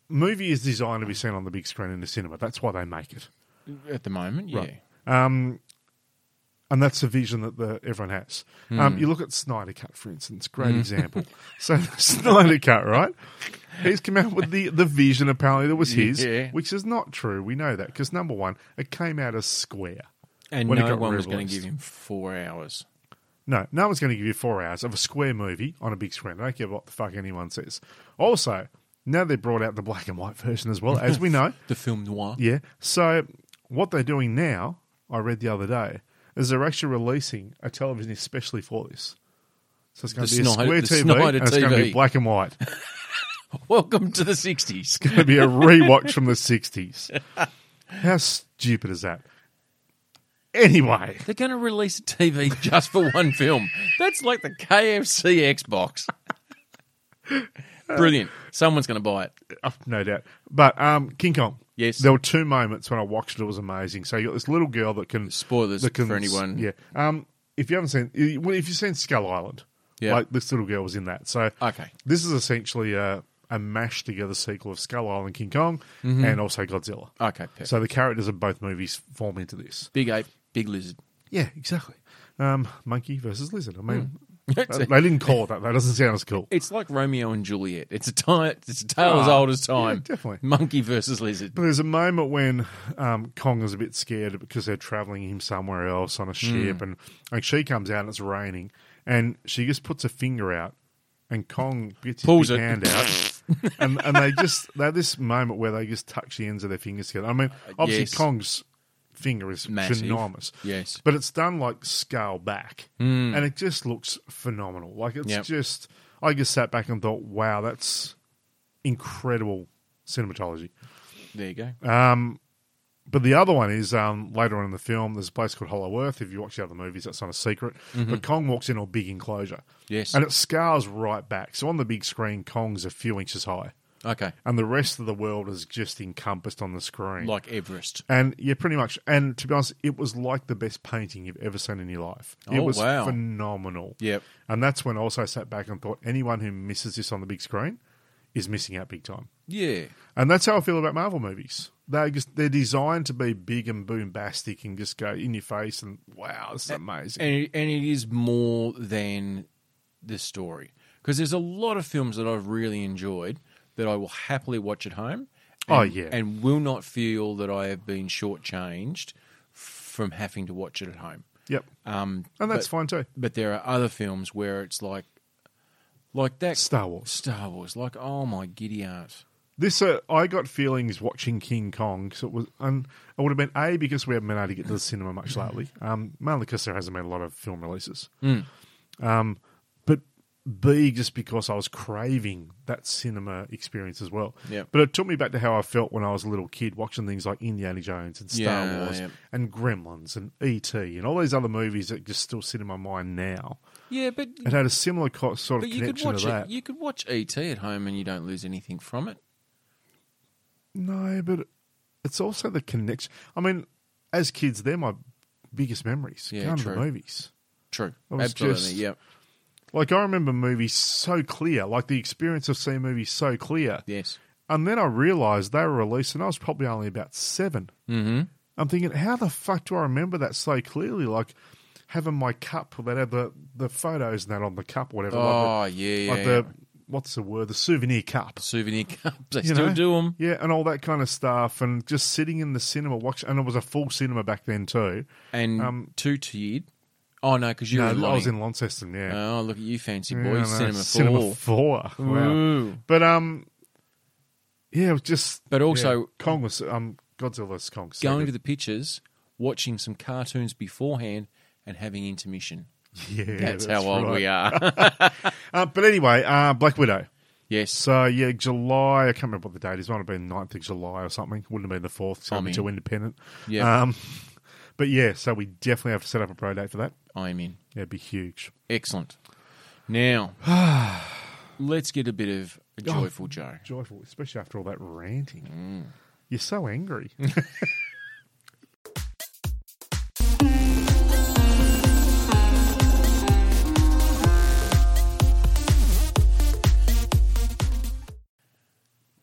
[SPEAKER 2] movie is designed to be seen on the big screen in the cinema. That's why they make it.
[SPEAKER 1] At the moment, yeah.
[SPEAKER 2] Right. Um, and that's the vision that the, everyone has. Um, you look at Snyder Cut, for instance, great example. So [laughs] Snyder Cut, right? He's come out with the, the vision apparently that was his,
[SPEAKER 1] Yeah.
[SPEAKER 2] which is not true. We know that because number one, it came out as square.
[SPEAKER 1] And
[SPEAKER 2] When it
[SPEAKER 1] no
[SPEAKER 2] got
[SPEAKER 1] one was going to
[SPEAKER 2] re-released.
[SPEAKER 1] give him four hours.
[SPEAKER 2] No, no one's going to give you four hours of a square movie on a big screen. I don't care what the fuck anyone says. Also, now they brought out the black and white version as well, as we know.
[SPEAKER 1] The film noir.
[SPEAKER 2] Yeah. So what they're doing now, I read the other day, is they're actually releasing a television especially for this. So it's going
[SPEAKER 1] The
[SPEAKER 2] to be
[SPEAKER 1] Snyder-
[SPEAKER 2] a
[SPEAKER 1] the
[SPEAKER 2] square TV,
[SPEAKER 1] Snyder
[SPEAKER 2] and it's going to
[SPEAKER 1] TV.
[SPEAKER 2] be black and white.
[SPEAKER 1] Welcome to the 60s.
[SPEAKER 2] going to be a rewatch from the [laughs] 60s. How stupid is that? Anyway,
[SPEAKER 1] [laughs] They're going to release a TV just for one film. That's like the KFC
[SPEAKER 2] [laughs]
[SPEAKER 1] Xbox. Brilliant. Someone's going to buy it.
[SPEAKER 2] uh, no doubt. But um, King Kong.
[SPEAKER 1] Yes.
[SPEAKER 2] There were two moments when I watched it. It was amazing. So you got this little girl that can.
[SPEAKER 1] Spoilers
[SPEAKER 2] that can
[SPEAKER 1] for anyone.
[SPEAKER 2] Yeah. Um, if you haven't seen, i- well, if you've seen Skull Island,
[SPEAKER 1] Yeah.
[SPEAKER 2] like this little girl was in that. So
[SPEAKER 1] Okay.
[SPEAKER 2] this is essentially a, a mashed together sequel of Skull Island, King Kong, and also Godzilla.
[SPEAKER 1] Mm-hmm. Oh, Okay, Pip.
[SPEAKER 2] So the characters of both movies form into this.
[SPEAKER 1] big ape, big lizard.
[SPEAKER 2] Yeah, exactly. Um, monkey versus lizard. I mean,
[SPEAKER 1] [laughs] It's,
[SPEAKER 2] they didn't call it that. That doesn't sound as cool.
[SPEAKER 1] it's like Romeo and Juliet. It's a time. It's a tale as
[SPEAKER 2] Ah,
[SPEAKER 1] old as time.
[SPEAKER 2] yeah, definitely.
[SPEAKER 1] Monkey versus lizard.
[SPEAKER 2] But there's a moment when um, Kong is a bit scared because they're traveling him somewhere else on a
[SPEAKER 1] Mm.
[SPEAKER 2] ship, and like she comes out and it's raining, and she just puts a finger out, and Kong gets his
[SPEAKER 1] Pulls
[SPEAKER 2] big
[SPEAKER 1] it. [laughs]
[SPEAKER 2] hand out, and, and they just they have this moment where they just touch the ends of their fingers together. I mean, obviously
[SPEAKER 1] Uh, yes.
[SPEAKER 2] Kong's finger is
[SPEAKER 1] Massive.
[SPEAKER 2] enormous,
[SPEAKER 1] Yes. Mm.
[SPEAKER 2] but it's done like scale back, and it just looks phenomenal. Like it's
[SPEAKER 1] Yep.
[SPEAKER 2] just, I just sat back and thought, wow, that's incredible cinematology.
[SPEAKER 1] There you go.
[SPEAKER 2] Uh, But the other one is um, later on in the film. There's a place called Hollow Earth. If you watch the other movies, that's not a secret. But Kong walks in a big enclosure,
[SPEAKER 1] Mm-hmm. yes.
[SPEAKER 2] and it scars right back. So on the big screen, Kong's a few inches high,
[SPEAKER 1] Okay.
[SPEAKER 2] and the rest of the world is just encompassed on the screen.
[SPEAKER 1] Like Everest.
[SPEAKER 2] and yeah, pretty much. And to be honest, it was like the best painting you've ever seen in your life. it
[SPEAKER 1] Oh,
[SPEAKER 2] was
[SPEAKER 1] wow.
[SPEAKER 2] phenomenal.
[SPEAKER 1] Yep.
[SPEAKER 2] And that's when I also sat back and thought, anyone who misses this on the big screen is missing out big time.
[SPEAKER 1] Yeah.
[SPEAKER 2] And that's how I feel about Marvel movies. They just they're designed to be big and bombastic and just go in your face and wow, this is amazing.
[SPEAKER 1] and it, and it is more than this story because there's a lot of films that I've really enjoyed that I will happily watch at home. And,
[SPEAKER 2] Oh, yeah.
[SPEAKER 1] and will not feel that I have been shortchanged from having to watch it at home.
[SPEAKER 2] yep,
[SPEAKER 1] Um,
[SPEAKER 2] and that's
[SPEAKER 1] but,
[SPEAKER 2] fine too.
[SPEAKER 1] But there are other films where it's like, like that
[SPEAKER 2] Star Wars.
[SPEAKER 1] Star Wars. Like, oh my giddy aunt.
[SPEAKER 2] This uh, I got feelings watching King Kong. So it was, and it would have been a because we haven't been able to get to the cinema much
[SPEAKER 1] Mm.
[SPEAKER 2] lately. Um, mainly because there hasn't been a lot of film releases. Um, but b just because I was craving that cinema experience as well.
[SPEAKER 1] Yeah.
[SPEAKER 2] But it took me back to how I felt when I was a little kid watching things like Indiana Jones and Star
[SPEAKER 1] Yeah,
[SPEAKER 2] Wars
[SPEAKER 1] yeah.
[SPEAKER 2] and Gremlins and ET and all these other movies that just still sit in my mind now.
[SPEAKER 1] Yeah, but
[SPEAKER 2] It had a similar co- sort
[SPEAKER 1] but
[SPEAKER 2] of
[SPEAKER 1] you could
[SPEAKER 2] connection
[SPEAKER 1] watch
[SPEAKER 2] to that.
[SPEAKER 1] it. You could watch ET at home and you don't lose anything from it.
[SPEAKER 2] No, but it's also the connection. I mean, as kids, they're my biggest memories.
[SPEAKER 1] Yeah,
[SPEAKER 2] going to
[SPEAKER 1] true.
[SPEAKER 2] the movies.
[SPEAKER 1] True.
[SPEAKER 2] I was
[SPEAKER 1] Absolutely.
[SPEAKER 2] just-
[SPEAKER 1] yeah.
[SPEAKER 2] Like I remember movies so clear, like the experience of seeing movies so clear.
[SPEAKER 1] Yes.
[SPEAKER 2] And then I realised they were released, and I was probably only about seven.
[SPEAKER 1] Mm-hmm.
[SPEAKER 2] I'm thinking, how the fuck do I remember that so clearly? Like having my cup that had the, the photos and that on the cup, whatever.
[SPEAKER 1] Oh
[SPEAKER 2] like
[SPEAKER 1] yeah,
[SPEAKER 2] the,
[SPEAKER 1] yeah,
[SPEAKER 2] like
[SPEAKER 1] yeah.
[SPEAKER 2] the what's the word? The souvenir cup.
[SPEAKER 1] souvenir cups. They
[SPEAKER 2] You
[SPEAKER 1] still
[SPEAKER 2] know?
[SPEAKER 1] do them.
[SPEAKER 2] Yeah, and all that kind of stuff, and just sitting in the cinema watching, and it was a full cinema back then too.
[SPEAKER 1] And
[SPEAKER 2] Um,
[SPEAKER 1] two tiered. Oh no, because you
[SPEAKER 2] No,
[SPEAKER 1] were
[SPEAKER 2] I was
[SPEAKER 1] lying.
[SPEAKER 2] in Launceston. Yeah,
[SPEAKER 1] Oh look at you, fancy
[SPEAKER 2] Yeah,
[SPEAKER 1] boy,
[SPEAKER 2] I know,
[SPEAKER 1] cinema
[SPEAKER 2] [laughs] Cinema
[SPEAKER 1] four. Mm.
[SPEAKER 2] four. Wow.
[SPEAKER 1] Ooh.
[SPEAKER 2] But um, yeah, it was just.
[SPEAKER 1] But also-
[SPEAKER 2] yeah, Kong was um Godzilla's
[SPEAKER 1] Going
[SPEAKER 2] Kong. second.
[SPEAKER 1] to the pictures, watching some cartoons beforehand, and having intermission.
[SPEAKER 2] [laughs] yeah,
[SPEAKER 1] that's, how old
[SPEAKER 2] right.
[SPEAKER 1] we
[SPEAKER 2] [laughs]
[SPEAKER 1] are. [laughs]
[SPEAKER 2] Uh, but anyway, uh, Black Widow.
[SPEAKER 1] yes,
[SPEAKER 2] So yeah, July. I can't remember what the date is. Might have been 9th of July or something. Wouldn't have been the fourth. So
[SPEAKER 1] I
[SPEAKER 2] I'm
[SPEAKER 1] mean-
[SPEAKER 2] too independent.
[SPEAKER 1] Yeah.
[SPEAKER 2] Um, [laughs] but yeah, so we definitely have to set up a pro date for that.
[SPEAKER 1] I'm in.
[SPEAKER 2] Yeah, it'd be huge.
[SPEAKER 1] Excellent.
[SPEAKER 2] [sighs]
[SPEAKER 1] Now, let's get a bit of a
[SPEAKER 2] Oh,
[SPEAKER 1] joyful Joe.
[SPEAKER 2] joyful, especially after all that ranting.
[SPEAKER 1] Mm.
[SPEAKER 2] You're so angry.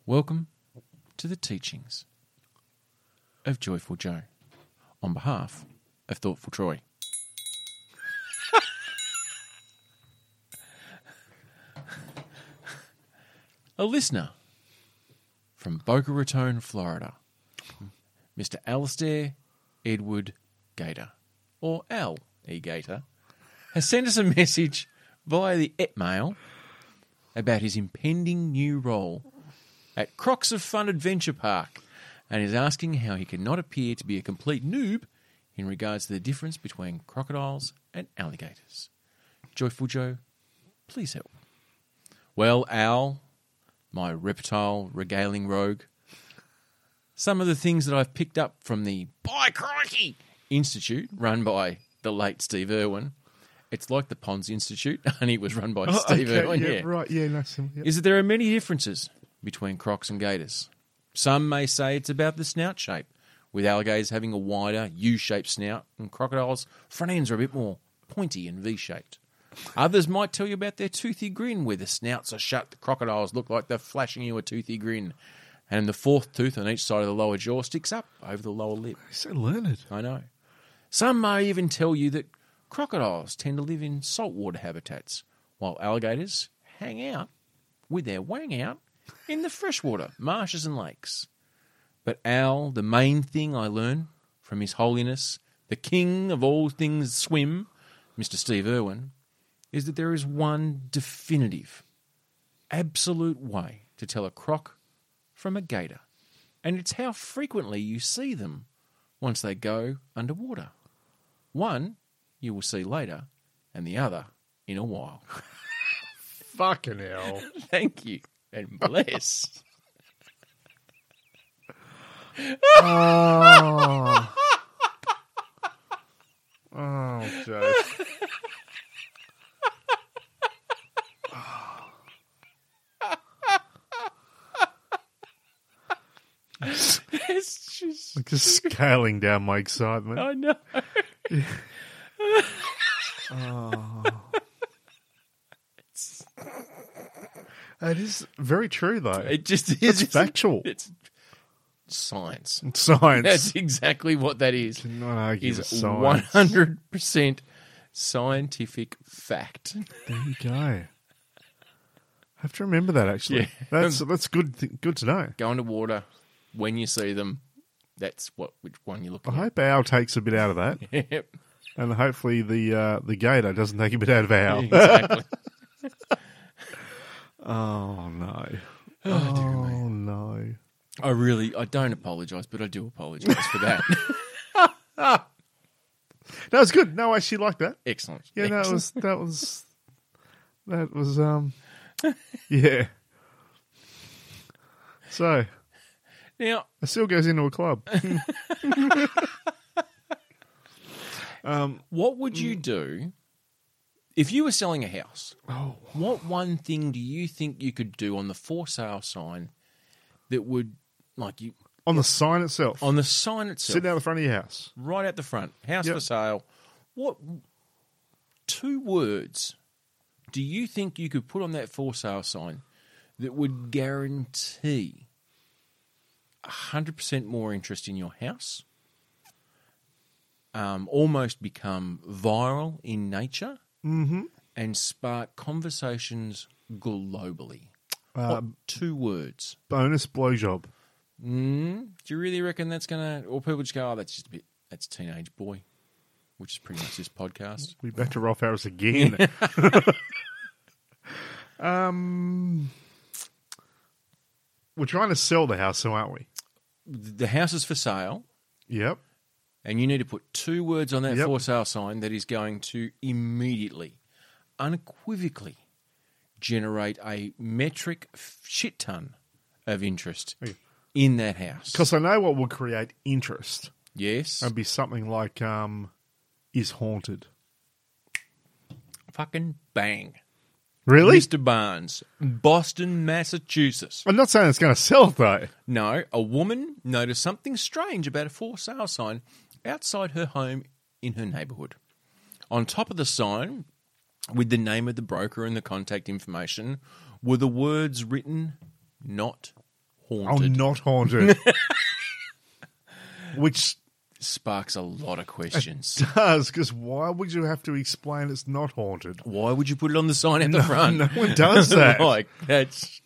[SPEAKER 1] Welcome to the teachings of Joyful Joe on behalf of Thoughtful Troy. A listener from Boca Raton, Florida, Mr. Alistair Edward Gator, or Al E. Gator, has sent us a message via the email about his impending new role at Crocs of Fun Adventure Park and is asking how he cannot appear to be a complete noob in regards to the difference between crocodiles and alligators. Joyful Joe, Please help. Well, Owl, my reptile regaling rogue, some of the things that I've picked up from the By Crikey Institute, run by the late Steve Irwin. It's like the Ponds Institute, [laughs] and it was run by [laughs]
[SPEAKER 2] Oh,
[SPEAKER 1] Steve
[SPEAKER 2] [laughs] okay,
[SPEAKER 1] Irwin.
[SPEAKER 2] yeah,
[SPEAKER 1] yeah.
[SPEAKER 2] right. Yeah, no, sim- yeah.
[SPEAKER 1] Is that there are many differences between crocs and gators. Some may say it's about the snout shape, with alligators having a wider U shaped snout, and crocodiles' front ends are a bit more pointy and V shaped. Others might tell you about their toothy grin, where the snouts are shut, the crocodiles look like they're flashing you a toothy grin, and the fourth tooth on each side of the lower jaw sticks up over the lower lip.
[SPEAKER 2] He's so learned.
[SPEAKER 1] I know. Some may even tell you that crocodiles tend to live in saltwater habitats, while alligators hang out with their wang out in the freshwater, marshes, and lakes. But Al, the main thing I learn from His Holiness, the King of all things swim, Mr. Steve Irwin, is that there is one definitive, absolute way to tell a croc from a gator, and it's how frequently you see them once they go underwater. One you will see later, and the other in a while. [laughs]
[SPEAKER 2] Fucking hell.
[SPEAKER 1] Thank you and bless. [laughs]
[SPEAKER 2] oh. oh, [laughs] Joe.
[SPEAKER 1] it's just,
[SPEAKER 2] Just scaling down my excitement.
[SPEAKER 1] I know.
[SPEAKER 2] It is very true, though.
[SPEAKER 1] It just is.
[SPEAKER 2] It's factual.
[SPEAKER 1] It's science.
[SPEAKER 2] It's science.
[SPEAKER 1] That's exactly what that is.
[SPEAKER 2] Cannot argue with
[SPEAKER 1] Is
[SPEAKER 2] science.
[SPEAKER 1] one hundred percent scientific fact.
[SPEAKER 2] There you go. I have to remember that actually.
[SPEAKER 1] Yeah.
[SPEAKER 2] That's that's good. Th- good to know.
[SPEAKER 1] Go underwater when you see them. That's what which one you're
[SPEAKER 2] I
[SPEAKER 1] [laughs] looking
[SPEAKER 2] hope Owl takes a bit out of that,
[SPEAKER 1] at. Yep.
[SPEAKER 2] and hopefully the uh, the Gator doesn't take a bit out of Owl. [laughs]
[SPEAKER 1] Exactly.
[SPEAKER 2] oh no!
[SPEAKER 1] Oh, dear me.
[SPEAKER 2] Oh no!
[SPEAKER 1] I really, I don't apologise, but I do apologise for
[SPEAKER 2] [laughs]
[SPEAKER 1] that.
[SPEAKER 2] No, it's good. No, I actually like that.
[SPEAKER 1] Excellent.
[SPEAKER 2] Yeah, that
[SPEAKER 1] Excellent.
[SPEAKER 2] was that was that
[SPEAKER 1] [laughs]
[SPEAKER 2] was um yeah. So
[SPEAKER 1] Now,
[SPEAKER 2] it still goes into
[SPEAKER 1] [laughs]
[SPEAKER 2] a club. [laughs] um.
[SPEAKER 1] what would you do if you were selling a house?
[SPEAKER 2] Oh.
[SPEAKER 1] What one thing do you think you could do on the for sale sign that would, like, you
[SPEAKER 2] On the sign itself.
[SPEAKER 1] on the sign itself,
[SPEAKER 2] Sit down at the front of your house.
[SPEAKER 1] right at the front, house
[SPEAKER 2] Yep.
[SPEAKER 1] for sale? What two words do you think you could put on that for sale sign that would guarantee hundred percent more interest in your house? Um, almost become viral in nature.
[SPEAKER 2] Mm-hmm.
[SPEAKER 1] and spark conversations globally. What two words.
[SPEAKER 2] Uh, bonus blowjob.
[SPEAKER 1] Mm, do you really reckon that's going to, or people just go, oh, that's just a bit, that's teenage boy, which is pretty much this podcast.
[SPEAKER 2] We better off ours
[SPEAKER 1] [laughs]
[SPEAKER 2] again. [laughs] um, we're trying to sell the house, so aren't we?
[SPEAKER 1] The house is for sale,
[SPEAKER 2] Yep.
[SPEAKER 1] and you need to put two words on that
[SPEAKER 2] Yep.
[SPEAKER 1] for sale sign that is going to immediately, unequivocally generate a metric shit ton of interest
[SPEAKER 2] Okay.
[SPEAKER 1] in that house.
[SPEAKER 2] Because I know what will create interest.
[SPEAKER 1] Yes.
[SPEAKER 2] It'd be something like um, is haunted.
[SPEAKER 1] fucking bang.
[SPEAKER 2] Really?
[SPEAKER 1] Mr. Barnes, Boston, Massachusetts.
[SPEAKER 2] I'm not saying it's going to sell though.
[SPEAKER 1] No, a woman noticed something strange about a for sale sign outside her home in her neighborhood. On top of the sign, with the name of the broker and the contact information, were the words written not
[SPEAKER 2] Oh,
[SPEAKER 1] haunted.
[SPEAKER 2] not
[SPEAKER 1] [laughs]
[SPEAKER 2] haunted. Which
[SPEAKER 1] Sparks a lot
[SPEAKER 2] [laughs]
[SPEAKER 1] of questions.
[SPEAKER 2] does because why would you have to explain it's not haunted?
[SPEAKER 1] Why would you put it on the sign at the front?
[SPEAKER 2] No
[SPEAKER 1] [laughs]
[SPEAKER 2] one does that.
[SPEAKER 1] like that's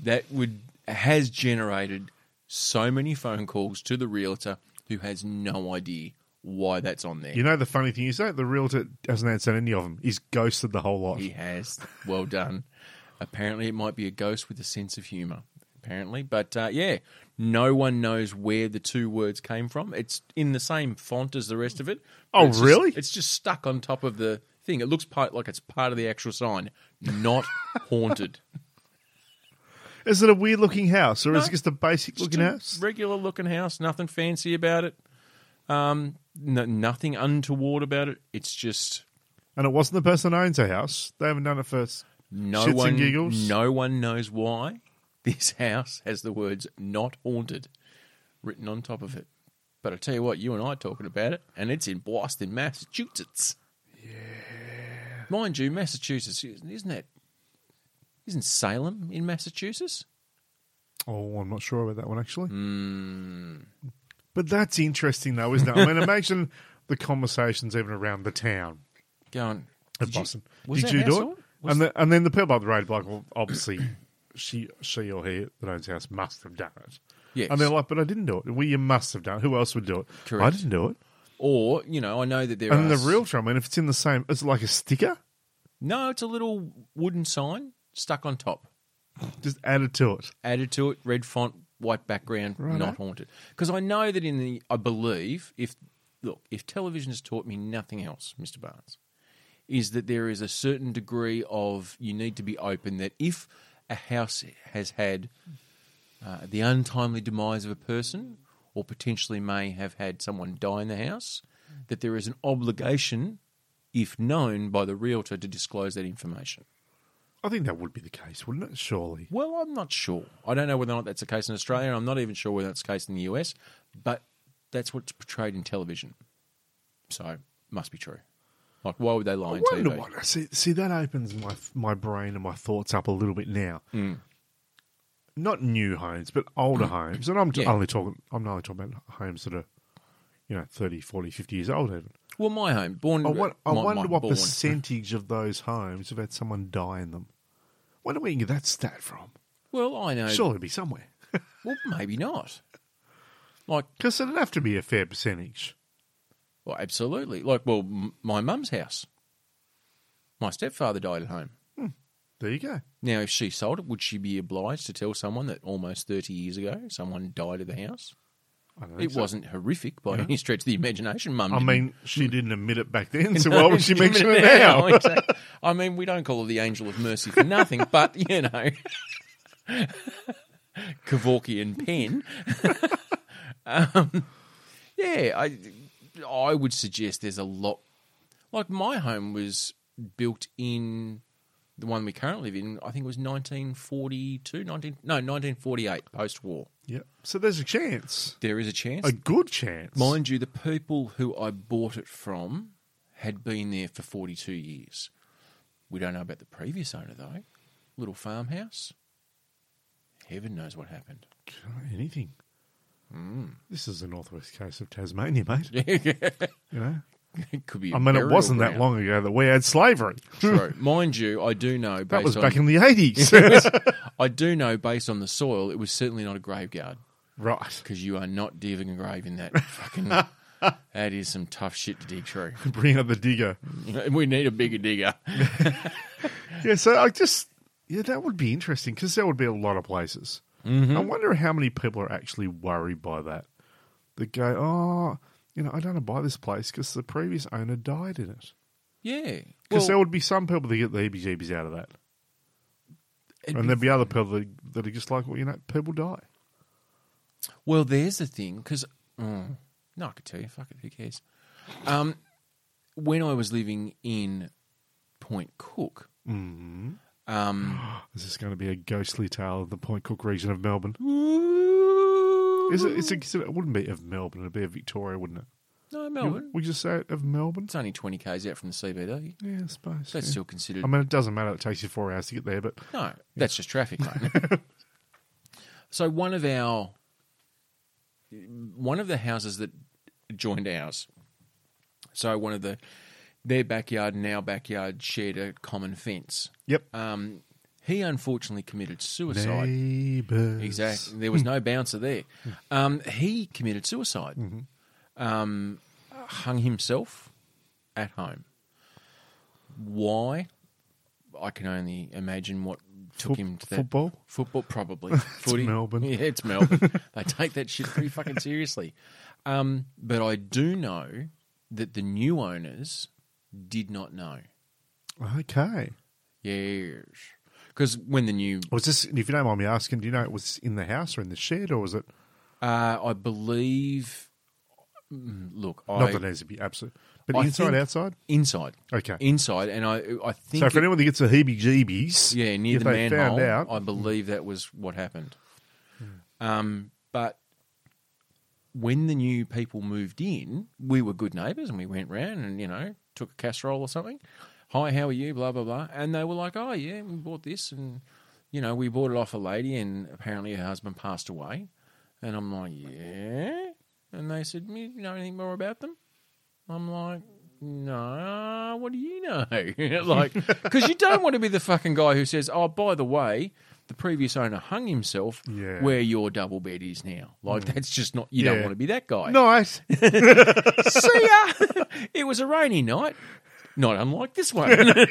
[SPEAKER 1] that would has generated so many phone calls to the realtor who has no idea why that's on there.
[SPEAKER 2] You know the funny thing is that the realtor hasn't answered any of them. He's ghosted the whole lot.
[SPEAKER 1] He has. Well done. Apparently, it might be a ghost with a sense of humour. Apparently, but uh, yeah, no one knows where the two words came from. It's in the same font as the rest of it. but
[SPEAKER 2] Oh,
[SPEAKER 1] it's just-
[SPEAKER 2] really?
[SPEAKER 1] it's just stuck on top of the thing. It looks part, like it's part of the actual sign,
[SPEAKER 2] [laughs]
[SPEAKER 1] not haunted.
[SPEAKER 2] Is it a weird looking house or is
[SPEAKER 1] No.
[SPEAKER 2] it just a basic looking
[SPEAKER 1] Just a
[SPEAKER 2] house?
[SPEAKER 1] Regular looking house, nothing fancy about it. Um, no, nothing untoward about it. It's just
[SPEAKER 2] And it wasn't the person who owns the house. They haven't done it first.
[SPEAKER 1] no
[SPEAKER 2] Shits and
[SPEAKER 1] one
[SPEAKER 2] giggles.
[SPEAKER 1] no one knows why this house has the words not haunted written on top of it. But I tell you what, you and I are talking about it, and it's in Boston, Massachusetts. Yeah. Mind you, Massachusetts isn't that isn't Salem in Massachusetts?
[SPEAKER 2] Oh, I'm not sure about that one actually. Mm. But that's interesting though, isn't
[SPEAKER 1] [laughs]
[SPEAKER 2] it? I mean, imagine the conversations even around the town
[SPEAKER 1] Going
[SPEAKER 2] of
[SPEAKER 1] did you-
[SPEAKER 2] Boston.
[SPEAKER 1] was
[SPEAKER 2] Did
[SPEAKER 1] that
[SPEAKER 2] you
[SPEAKER 1] house
[SPEAKER 2] do
[SPEAKER 1] on?
[SPEAKER 2] it?
[SPEAKER 1] Was-
[SPEAKER 2] and, the, and then the people up the road, like, well, obviously, she, she or he that owns the house must have done it.
[SPEAKER 1] Yes.
[SPEAKER 2] And they're like, but I didn't do it. Well, you must have done it. Who else would do it? I
[SPEAKER 1] Correct.
[SPEAKER 2] didn't do it.
[SPEAKER 1] or you know, I know that there
[SPEAKER 2] And
[SPEAKER 1] are
[SPEAKER 2] the
[SPEAKER 1] s-
[SPEAKER 2] real trouble, I mean, if it's in the same, it's like a sticker
[SPEAKER 1] No, it's a little wooden sign stuck on top.
[SPEAKER 2] just added to it.
[SPEAKER 1] added to it, red font, white background,
[SPEAKER 2] Righto.
[SPEAKER 1] not haunted. Because I know that in the, I believe if look, if television has taught me nothing else, Mister Barnes, is that there is a certain degree of you need to be open that if a house has had uh, the untimely demise of a person, or potentially may have had someone die in the house, that there is an obligation, if known by the realtor, to disclose that information.
[SPEAKER 2] I think that would be the case, wouldn't it? Surely.
[SPEAKER 1] Well, I'm not sure. I don't know whether or not that's the case in Australia, and I'm not even sure whether that's the case in the US, but that's what's portrayed in television. So, must be true. Like, why would they lie
[SPEAKER 2] I
[SPEAKER 1] on
[SPEAKER 2] wonder
[SPEAKER 1] TV?
[SPEAKER 2] what. See, see, that opens my my brain and my thoughts up a little bit now.
[SPEAKER 1] Mm.
[SPEAKER 2] Not new homes, but older homes, and I'm t-
[SPEAKER 1] Yeah.
[SPEAKER 2] only talking. I'm only talking about homes that are, you know, 30, 40, 50 years old. Even.
[SPEAKER 1] Well, my home, born.
[SPEAKER 2] I, won- I
[SPEAKER 1] my-
[SPEAKER 2] wonder
[SPEAKER 1] my
[SPEAKER 2] what
[SPEAKER 1] born.
[SPEAKER 2] percentage of those homes have had someone die in them. Wonder where you can get that stat from.
[SPEAKER 1] Well, I know.
[SPEAKER 2] Surely it'd be somewhere,
[SPEAKER 1] Well, maybe not. Like,
[SPEAKER 2] because it'd have to be a fair percentage.
[SPEAKER 1] well, absolutely. Like, well, m- my mum's house. My stepfather died at home.
[SPEAKER 2] There you go.
[SPEAKER 1] Now, if she sold it, would she be obliged to tell someone that almost 30 years ago someone died at the house?
[SPEAKER 2] I don't
[SPEAKER 1] It
[SPEAKER 2] think so.
[SPEAKER 1] wasn't Mm. horrific by any stretch of the imagination. Mum,
[SPEAKER 2] I
[SPEAKER 1] didn't [laughs]
[SPEAKER 2] mean, she didn't admit it back then, so
[SPEAKER 1] No,
[SPEAKER 2] why would she
[SPEAKER 1] give me
[SPEAKER 2] mention it
[SPEAKER 1] an
[SPEAKER 2] now?
[SPEAKER 1] hour, [laughs] exactly. I mean, we don't call her the Angel of Mercy for
[SPEAKER 2] [laughs]
[SPEAKER 1] nothing, but you know, [laughs] Kevorkian
[SPEAKER 2] [laughs]
[SPEAKER 1] pen. um, yeah, I I would suggest there's a lot. Like my home was built in the one we currently live in. I think it was 1942, 19 no 1948 post war.
[SPEAKER 2] Yeah. So there's a chance,
[SPEAKER 1] There is a chance
[SPEAKER 2] a good chance.
[SPEAKER 1] Mind you, the people who I bought it from had been there for 42 years. We don't know about the previous owner, though. Little farmhouse. Heaven knows what happened. [laughs]
[SPEAKER 2] anything. This is the northwest coast of Tasmania,
[SPEAKER 1] [laughs]
[SPEAKER 2] mate.
[SPEAKER 1] it
[SPEAKER 2] You know,
[SPEAKER 1] could be. a
[SPEAKER 2] I mean, it
[SPEAKER 1] burial
[SPEAKER 2] wasn't that
[SPEAKER 1] ground.
[SPEAKER 2] long ago that we had slavery. [laughs]
[SPEAKER 1] True, mind you, I do know. Based
[SPEAKER 2] that was
[SPEAKER 1] on,
[SPEAKER 2] back in
[SPEAKER 1] [laughs]
[SPEAKER 2] the eighties, [laughs]
[SPEAKER 1] I do know based on the soil, it was certainly not a graveyard
[SPEAKER 2] right?
[SPEAKER 1] because you are not digging a grave in
[SPEAKER 2] [laughs]
[SPEAKER 1] that fucking. that is some tough shit to dig through. [laughs]
[SPEAKER 2] Bring up the digger.
[SPEAKER 1] We need a bigger
[SPEAKER 2] [laughs]
[SPEAKER 1] digger.
[SPEAKER 2] Yeah. So I just, yeah, that would be interesting because there would be a lot of places.
[SPEAKER 1] Mm-hmm.
[SPEAKER 2] I wonder how many people are actually worried by that. That go, oh, you know, I don't want to buy this place because the previous owner died in it.
[SPEAKER 1] Yeah,
[SPEAKER 2] Because
[SPEAKER 1] Well,
[SPEAKER 2] there would be some people that get the heebie-jeebies out of that.
[SPEAKER 1] it'd
[SPEAKER 2] and
[SPEAKER 1] be
[SPEAKER 2] there'd be other people that, that are just like, well, you know, people die.
[SPEAKER 1] Well, there's the thing because mm, no, I could tell you. Fuck it, who cares? Um, when I was living in Point Cook,
[SPEAKER 2] Mm-hmm.
[SPEAKER 1] um,
[SPEAKER 2] This is going to be a ghostly tale of the Point Cook region of Melbourne. Is
[SPEAKER 1] is
[SPEAKER 2] it? It's a, it wouldn't be of Melbourne. It'd be of Victoria, wouldn't it?
[SPEAKER 1] no
[SPEAKER 2] You-
[SPEAKER 1] Melbourne?
[SPEAKER 2] Would you say it of Melbourne?
[SPEAKER 1] It's only twenty k's out from the CBD.
[SPEAKER 2] Yeah, I suppose.
[SPEAKER 1] That's
[SPEAKER 2] yeah.
[SPEAKER 1] still considered.
[SPEAKER 2] I mean, it doesn't matter. It takes you four hours to get there, but
[SPEAKER 1] No, that's just traffic,
[SPEAKER 2] [laughs]
[SPEAKER 1] mate. so one of our one of the houses that joined ours. So one of the their backyard and our backyard shared a common fence.
[SPEAKER 2] yep.
[SPEAKER 1] Um, he unfortunately committed suicide.
[SPEAKER 2] Neighbours.
[SPEAKER 1] Exactly. There was no bouncer there.
[SPEAKER 2] Hmm.
[SPEAKER 1] Um, he committed suicide.
[SPEAKER 2] Mm-hmm.
[SPEAKER 1] Um, hung himself at home. Why? I can only imagine what took
[SPEAKER 2] Foot-
[SPEAKER 1] him to that.
[SPEAKER 2] football?
[SPEAKER 1] Football,
[SPEAKER 2] [laughs]
[SPEAKER 1] probably. Footy.
[SPEAKER 2] Melbourne.
[SPEAKER 1] [laughs] Yeah, it's
[SPEAKER 2] [laughs]
[SPEAKER 1] Melbourne. they take that shit pretty fucking seriously. Um, but I do know that the new owners did not know
[SPEAKER 2] Okay.
[SPEAKER 1] Yes. Because when the new,
[SPEAKER 2] Was this, if you don't mind me asking, do you know it was in the house or in the shed or was it?
[SPEAKER 1] uh, I believe, Mm, look,
[SPEAKER 2] not
[SPEAKER 1] I,
[SPEAKER 2] that it needs to be absolute, but
[SPEAKER 1] I
[SPEAKER 2] inside,
[SPEAKER 1] think-
[SPEAKER 2] outside?
[SPEAKER 1] inside,
[SPEAKER 2] Okay.
[SPEAKER 1] inside, and I, I think,
[SPEAKER 2] so if
[SPEAKER 1] it-
[SPEAKER 2] anyone that gets the heebie jeebies,
[SPEAKER 1] yeah, near
[SPEAKER 2] if
[SPEAKER 1] the
[SPEAKER 2] they
[SPEAKER 1] manhole,
[SPEAKER 2] found out, mm. Hmm.
[SPEAKER 1] I believe that was what happened. Um, but when the new people moved in, we were good neighbours and we went round and you know took a casserole or something. Hi, how are you? Blah blah blah, and they were like, oh yeah, we bought this and you know we bought it off a lady and apparently her husband passed away, and I'm like, yeah, and they said, you know anything more about them? I'm like, no, what do you know? [laughs]
[SPEAKER 2] [laughs]
[SPEAKER 1] like, because you don't want to be the fucking guy who says, oh, by the way, the previous owner hung himself
[SPEAKER 2] Yeah. Mm.
[SPEAKER 1] where your double bed is now. Like, that's just not, you don't
[SPEAKER 2] Yeah.
[SPEAKER 1] want to be that guy.
[SPEAKER 2] nice.
[SPEAKER 1] [laughs] See ya! [laughs] it was a rainy night, not unlike this one. [laughs]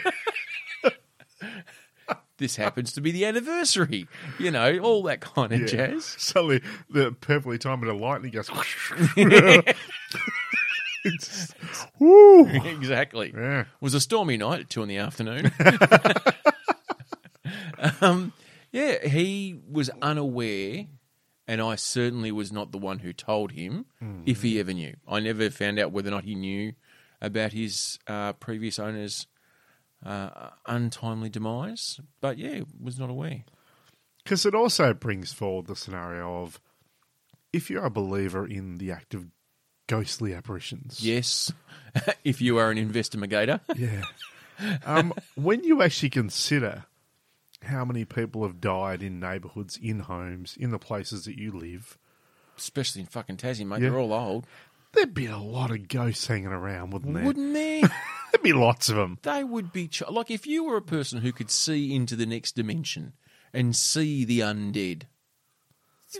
[SPEAKER 1] this happens to be the anniversary, you know, all that kind of
[SPEAKER 2] Yeah. [laughs]
[SPEAKER 1] jazz. [laughs]
[SPEAKER 2] Suddenly, the perfectly timed bit of lightning goes. [laughs] It's- Woo!
[SPEAKER 1] exactly.
[SPEAKER 2] Yeah.
[SPEAKER 1] It was a stormy night at two in the afternoon. um, yeah, he was unaware, and I certainly was not the one who told him if he ever knew. I never found out whether or not he knew about his uh, previous owner's uh, untimely demise, but yeah, was not aware.
[SPEAKER 2] Because it also brings forward the scenario of if you're a believer in the act of ghostly apparitions.
[SPEAKER 1] Yes, [laughs] if you are an investigator.
[SPEAKER 2] Yeah. um, when you actually consider how many people have died in neighborhoods, in homes, in the places that you live,
[SPEAKER 1] Especially in fucking Tassie, mate.
[SPEAKER 2] Yeah.
[SPEAKER 1] They're all old.
[SPEAKER 2] there'd be a lot of ghosts hanging around, wouldn't there?
[SPEAKER 1] Wouldn't they?
[SPEAKER 2] There'd be lots of them.
[SPEAKER 1] they would be ch- like if you were a person who could see into the next dimension and see the undead.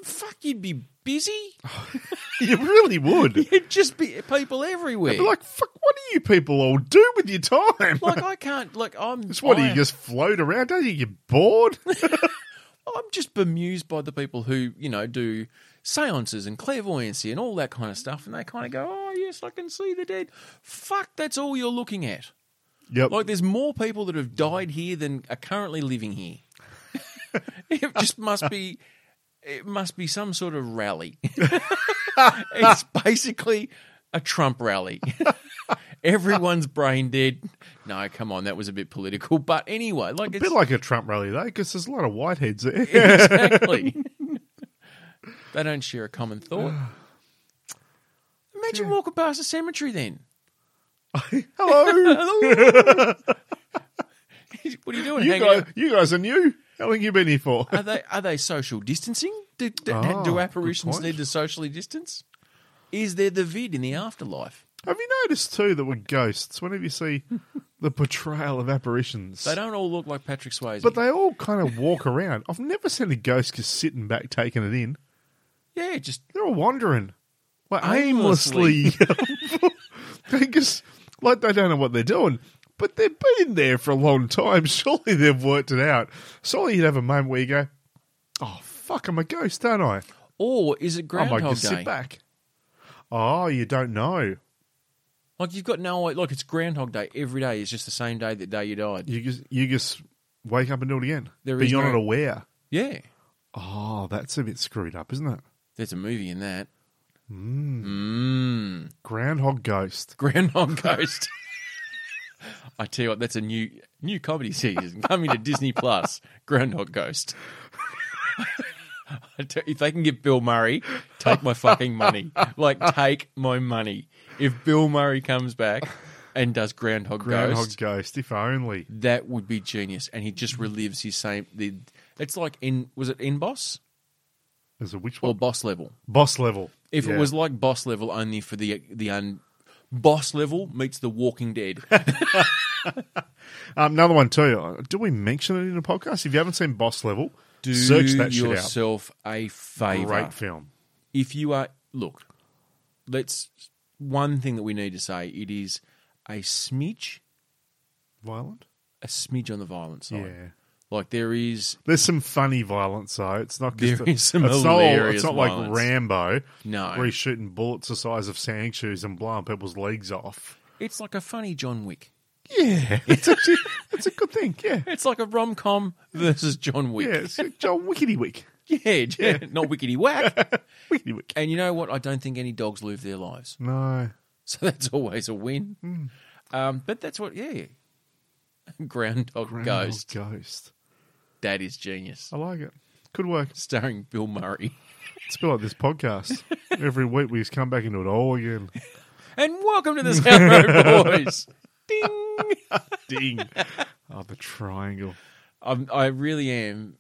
[SPEAKER 1] Fuck, you'd be
[SPEAKER 2] [laughs]
[SPEAKER 1] busy.
[SPEAKER 2] [laughs] You really would.
[SPEAKER 1] You'd just be people everywhere.
[SPEAKER 2] Be like, fuck, what do you people all do with your time?
[SPEAKER 1] Like, I can't. Like I'm.
[SPEAKER 2] [laughs] It's what, do
[SPEAKER 1] I,
[SPEAKER 2] you just float around? Don't you
[SPEAKER 1] [laughs]
[SPEAKER 2] get bored?
[SPEAKER 1] I'm just bemused by the people who you know do seances and clairvoyancy and all that kind of stuff, and they kind of go, "Oh yes, I can see the dead." Fuck, that's all you're looking at.
[SPEAKER 2] yep.
[SPEAKER 1] Like, there's more people that have died here than are currently living here. [laughs] it just must be, it must be some sort of rally. [laughs] it's basically a Trump rally. [laughs] Everyone's brain dead. No, come on, that was a bit political. But anyway, like
[SPEAKER 2] a
[SPEAKER 1] it's [laughs]
[SPEAKER 2] bit like a Trump rally, though, because there's a lot of whiteheads there.
[SPEAKER 1] exactly. they don't share a common
[SPEAKER 2] [sighs]
[SPEAKER 1] thought. Imagine walking past a cemetery
[SPEAKER 2] [laughs]
[SPEAKER 1] then. [laughs]
[SPEAKER 2] Hello.
[SPEAKER 1] Hello. what are you doing?
[SPEAKER 2] you,
[SPEAKER 1] hanging
[SPEAKER 2] guys,
[SPEAKER 1] out?
[SPEAKER 2] you guys are new. How long you been here for?
[SPEAKER 1] Are they are they social distancing? Do, do,
[SPEAKER 2] Ah,
[SPEAKER 1] do
[SPEAKER 2] good
[SPEAKER 1] apparitions
[SPEAKER 2] point.
[SPEAKER 1] need to socially distance? Is there the vid in the afterlife?
[SPEAKER 2] Have you noticed, too, that we're ghosts? Whenever you
[SPEAKER 1] [laughs]
[SPEAKER 2] see the portrayal of apparitions,
[SPEAKER 1] They don't all look like Patrick Swayze.
[SPEAKER 2] but they all kind of walk around. I've never seen a ghost just sitting back, taking it in.
[SPEAKER 1] yeah, just
[SPEAKER 2] They're all wandering, like
[SPEAKER 1] Aimlessly.
[SPEAKER 2] aimlessly. [laughs] they just like they don't know what they're doing, but they've been in there for a long time. [laughs] Surely they've worked it out. Surely you'd have a moment where you go, "Oh fuck, I'm a ghost, don't I? "Oh,
[SPEAKER 1] or is it
[SPEAKER 2] I might
[SPEAKER 1] Groundhog
[SPEAKER 2] just
[SPEAKER 1] Day?
[SPEAKER 2] sit back." Oh, you don't know.
[SPEAKER 1] Like you've got no like it's Groundhog Day. Every day is just the same day that day you died.
[SPEAKER 2] You just you just wake up and do it again,
[SPEAKER 1] There
[SPEAKER 2] but
[SPEAKER 1] is
[SPEAKER 2] you're
[SPEAKER 1] no-
[SPEAKER 2] not aware.
[SPEAKER 1] Yeah,
[SPEAKER 2] Oh, that's a bit screwed up, isn't it? Hmm.
[SPEAKER 1] there's a movie in that. Mm.
[SPEAKER 2] Groundhog ghost.
[SPEAKER 1] Groundhog Ghost. [laughs] I tell you what, that's a new new comedy series coming to Disney Plus. Groundhog Ghost. [laughs] I tell- if they can get Bill Murray, take my fucking money. Like, take my money. If Bill Murray comes back and does Groundhog,
[SPEAKER 2] Groundhog
[SPEAKER 1] Ghost,
[SPEAKER 2] ghost. If only.
[SPEAKER 1] that would be genius. And he just relives his same. The, it's like in was it in boss
[SPEAKER 2] There's a which
[SPEAKER 1] or
[SPEAKER 2] one?
[SPEAKER 1] boss level?
[SPEAKER 2] Boss level.
[SPEAKER 1] If it
[SPEAKER 2] Yeah.
[SPEAKER 1] was like boss level, only for the the un, boss level meets the Walking Dead.
[SPEAKER 2] Um, another one too. Do we mention it in the podcast? If you haven't seen Boss Level,
[SPEAKER 1] Do
[SPEAKER 2] search that shit
[SPEAKER 1] yourself a
[SPEAKER 2] out.
[SPEAKER 1] favor.
[SPEAKER 2] Great film.
[SPEAKER 1] If you are look, let's one thing that we need to say it is a smidge,
[SPEAKER 2] Violent.
[SPEAKER 1] a smidge on the violent side.
[SPEAKER 2] Yeah.
[SPEAKER 1] Like there is
[SPEAKER 2] There's some funny violence though. It's not just
[SPEAKER 1] There
[SPEAKER 2] a-
[SPEAKER 1] is some
[SPEAKER 2] it's not,
[SPEAKER 1] hilarious
[SPEAKER 2] it's not
[SPEAKER 1] violence.
[SPEAKER 2] like Rambo,
[SPEAKER 1] No.
[SPEAKER 2] where he's shooting bullets the size of sand shoes and blowing people's legs off.
[SPEAKER 1] it's like a funny John Wick.
[SPEAKER 2] Yeah, [laughs] it's actually it's a good thing. Yeah,
[SPEAKER 1] It's like a rom com versus John
[SPEAKER 2] yeah,
[SPEAKER 1] Wick.
[SPEAKER 2] it's Joel Wickety Wick,
[SPEAKER 1] [laughs] Yeah, yeah. not wickety
[SPEAKER 2] [laughs]
[SPEAKER 1] whack.
[SPEAKER 2] Wickety Wick.
[SPEAKER 1] and you know what? I don't think any dogs lose their lives, [laughs]
[SPEAKER 2] No,
[SPEAKER 1] so that's always a win.
[SPEAKER 2] Hmm.
[SPEAKER 1] Um, but that's what, yeah. [laughs] Groundhog,
[SPEAKER 2] Groundhog
[SPEAKER 1] Ghost.
[SPEAKER 2] Ghost.
[SPEAKER 1] That is genius.
[SPEAKER 2] I like it. Good work.
[SPEAKER 1] Starring Bill Murray.
[SPEAKER 2] It's a bit like
[SPEAKER 1] [laughs]
[SPEAKER 2] this podcast. Every week we just come back into it all again.
[SPEAKER 1] And welcome to the South Road
[SPEAKER 2] [laughs]
[SPEAKER 1] Boys. Ding.
[SPEAKER 2] Ding. Oh, the triangle.
[SPEAKER 1] I'm, I really am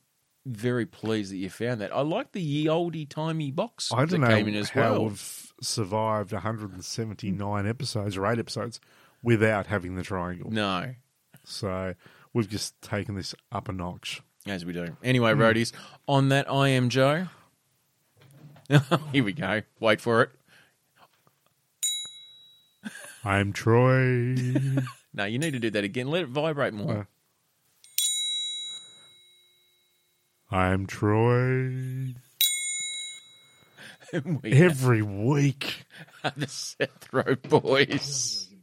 [SPEAKER 1] very pleased that you found that. I like the ye olde timey box
[SPEAKER 2] I don't
[SPEAKER 1] that came in
[SPEAKER 2] know
[SPEAKER 1] as
[SPEAKER 2] how
[SPEAKER 1] well.
[SPEAKER 2] we've survived 179 episodes or eight episodes without having the triangle.
[SPEAKER 1] No,
[SPEAKER 2] So we've just taken this up a notch.
[SPEAKER 1] as we do. Anyway,
[SPEAKER 2] Hmm.
[SPEAKER 1] roadies, on that I am Joe. [laughs] Here we go. Wait for it. [laughs]
[SPEAKER 2] I'm Troy.
[SPEAKER 1] No, you need to do that again. Let it vibrate more.
[SPEAKER 2] Uh. I'm Troy.
[SPEAKER 1] we
[SPEAKER 2] Uh,
[SPEAKER 1] [laughs]
[SPEAKER 2] Every week.
[SPEAKER 1] are the Seth Row Boys.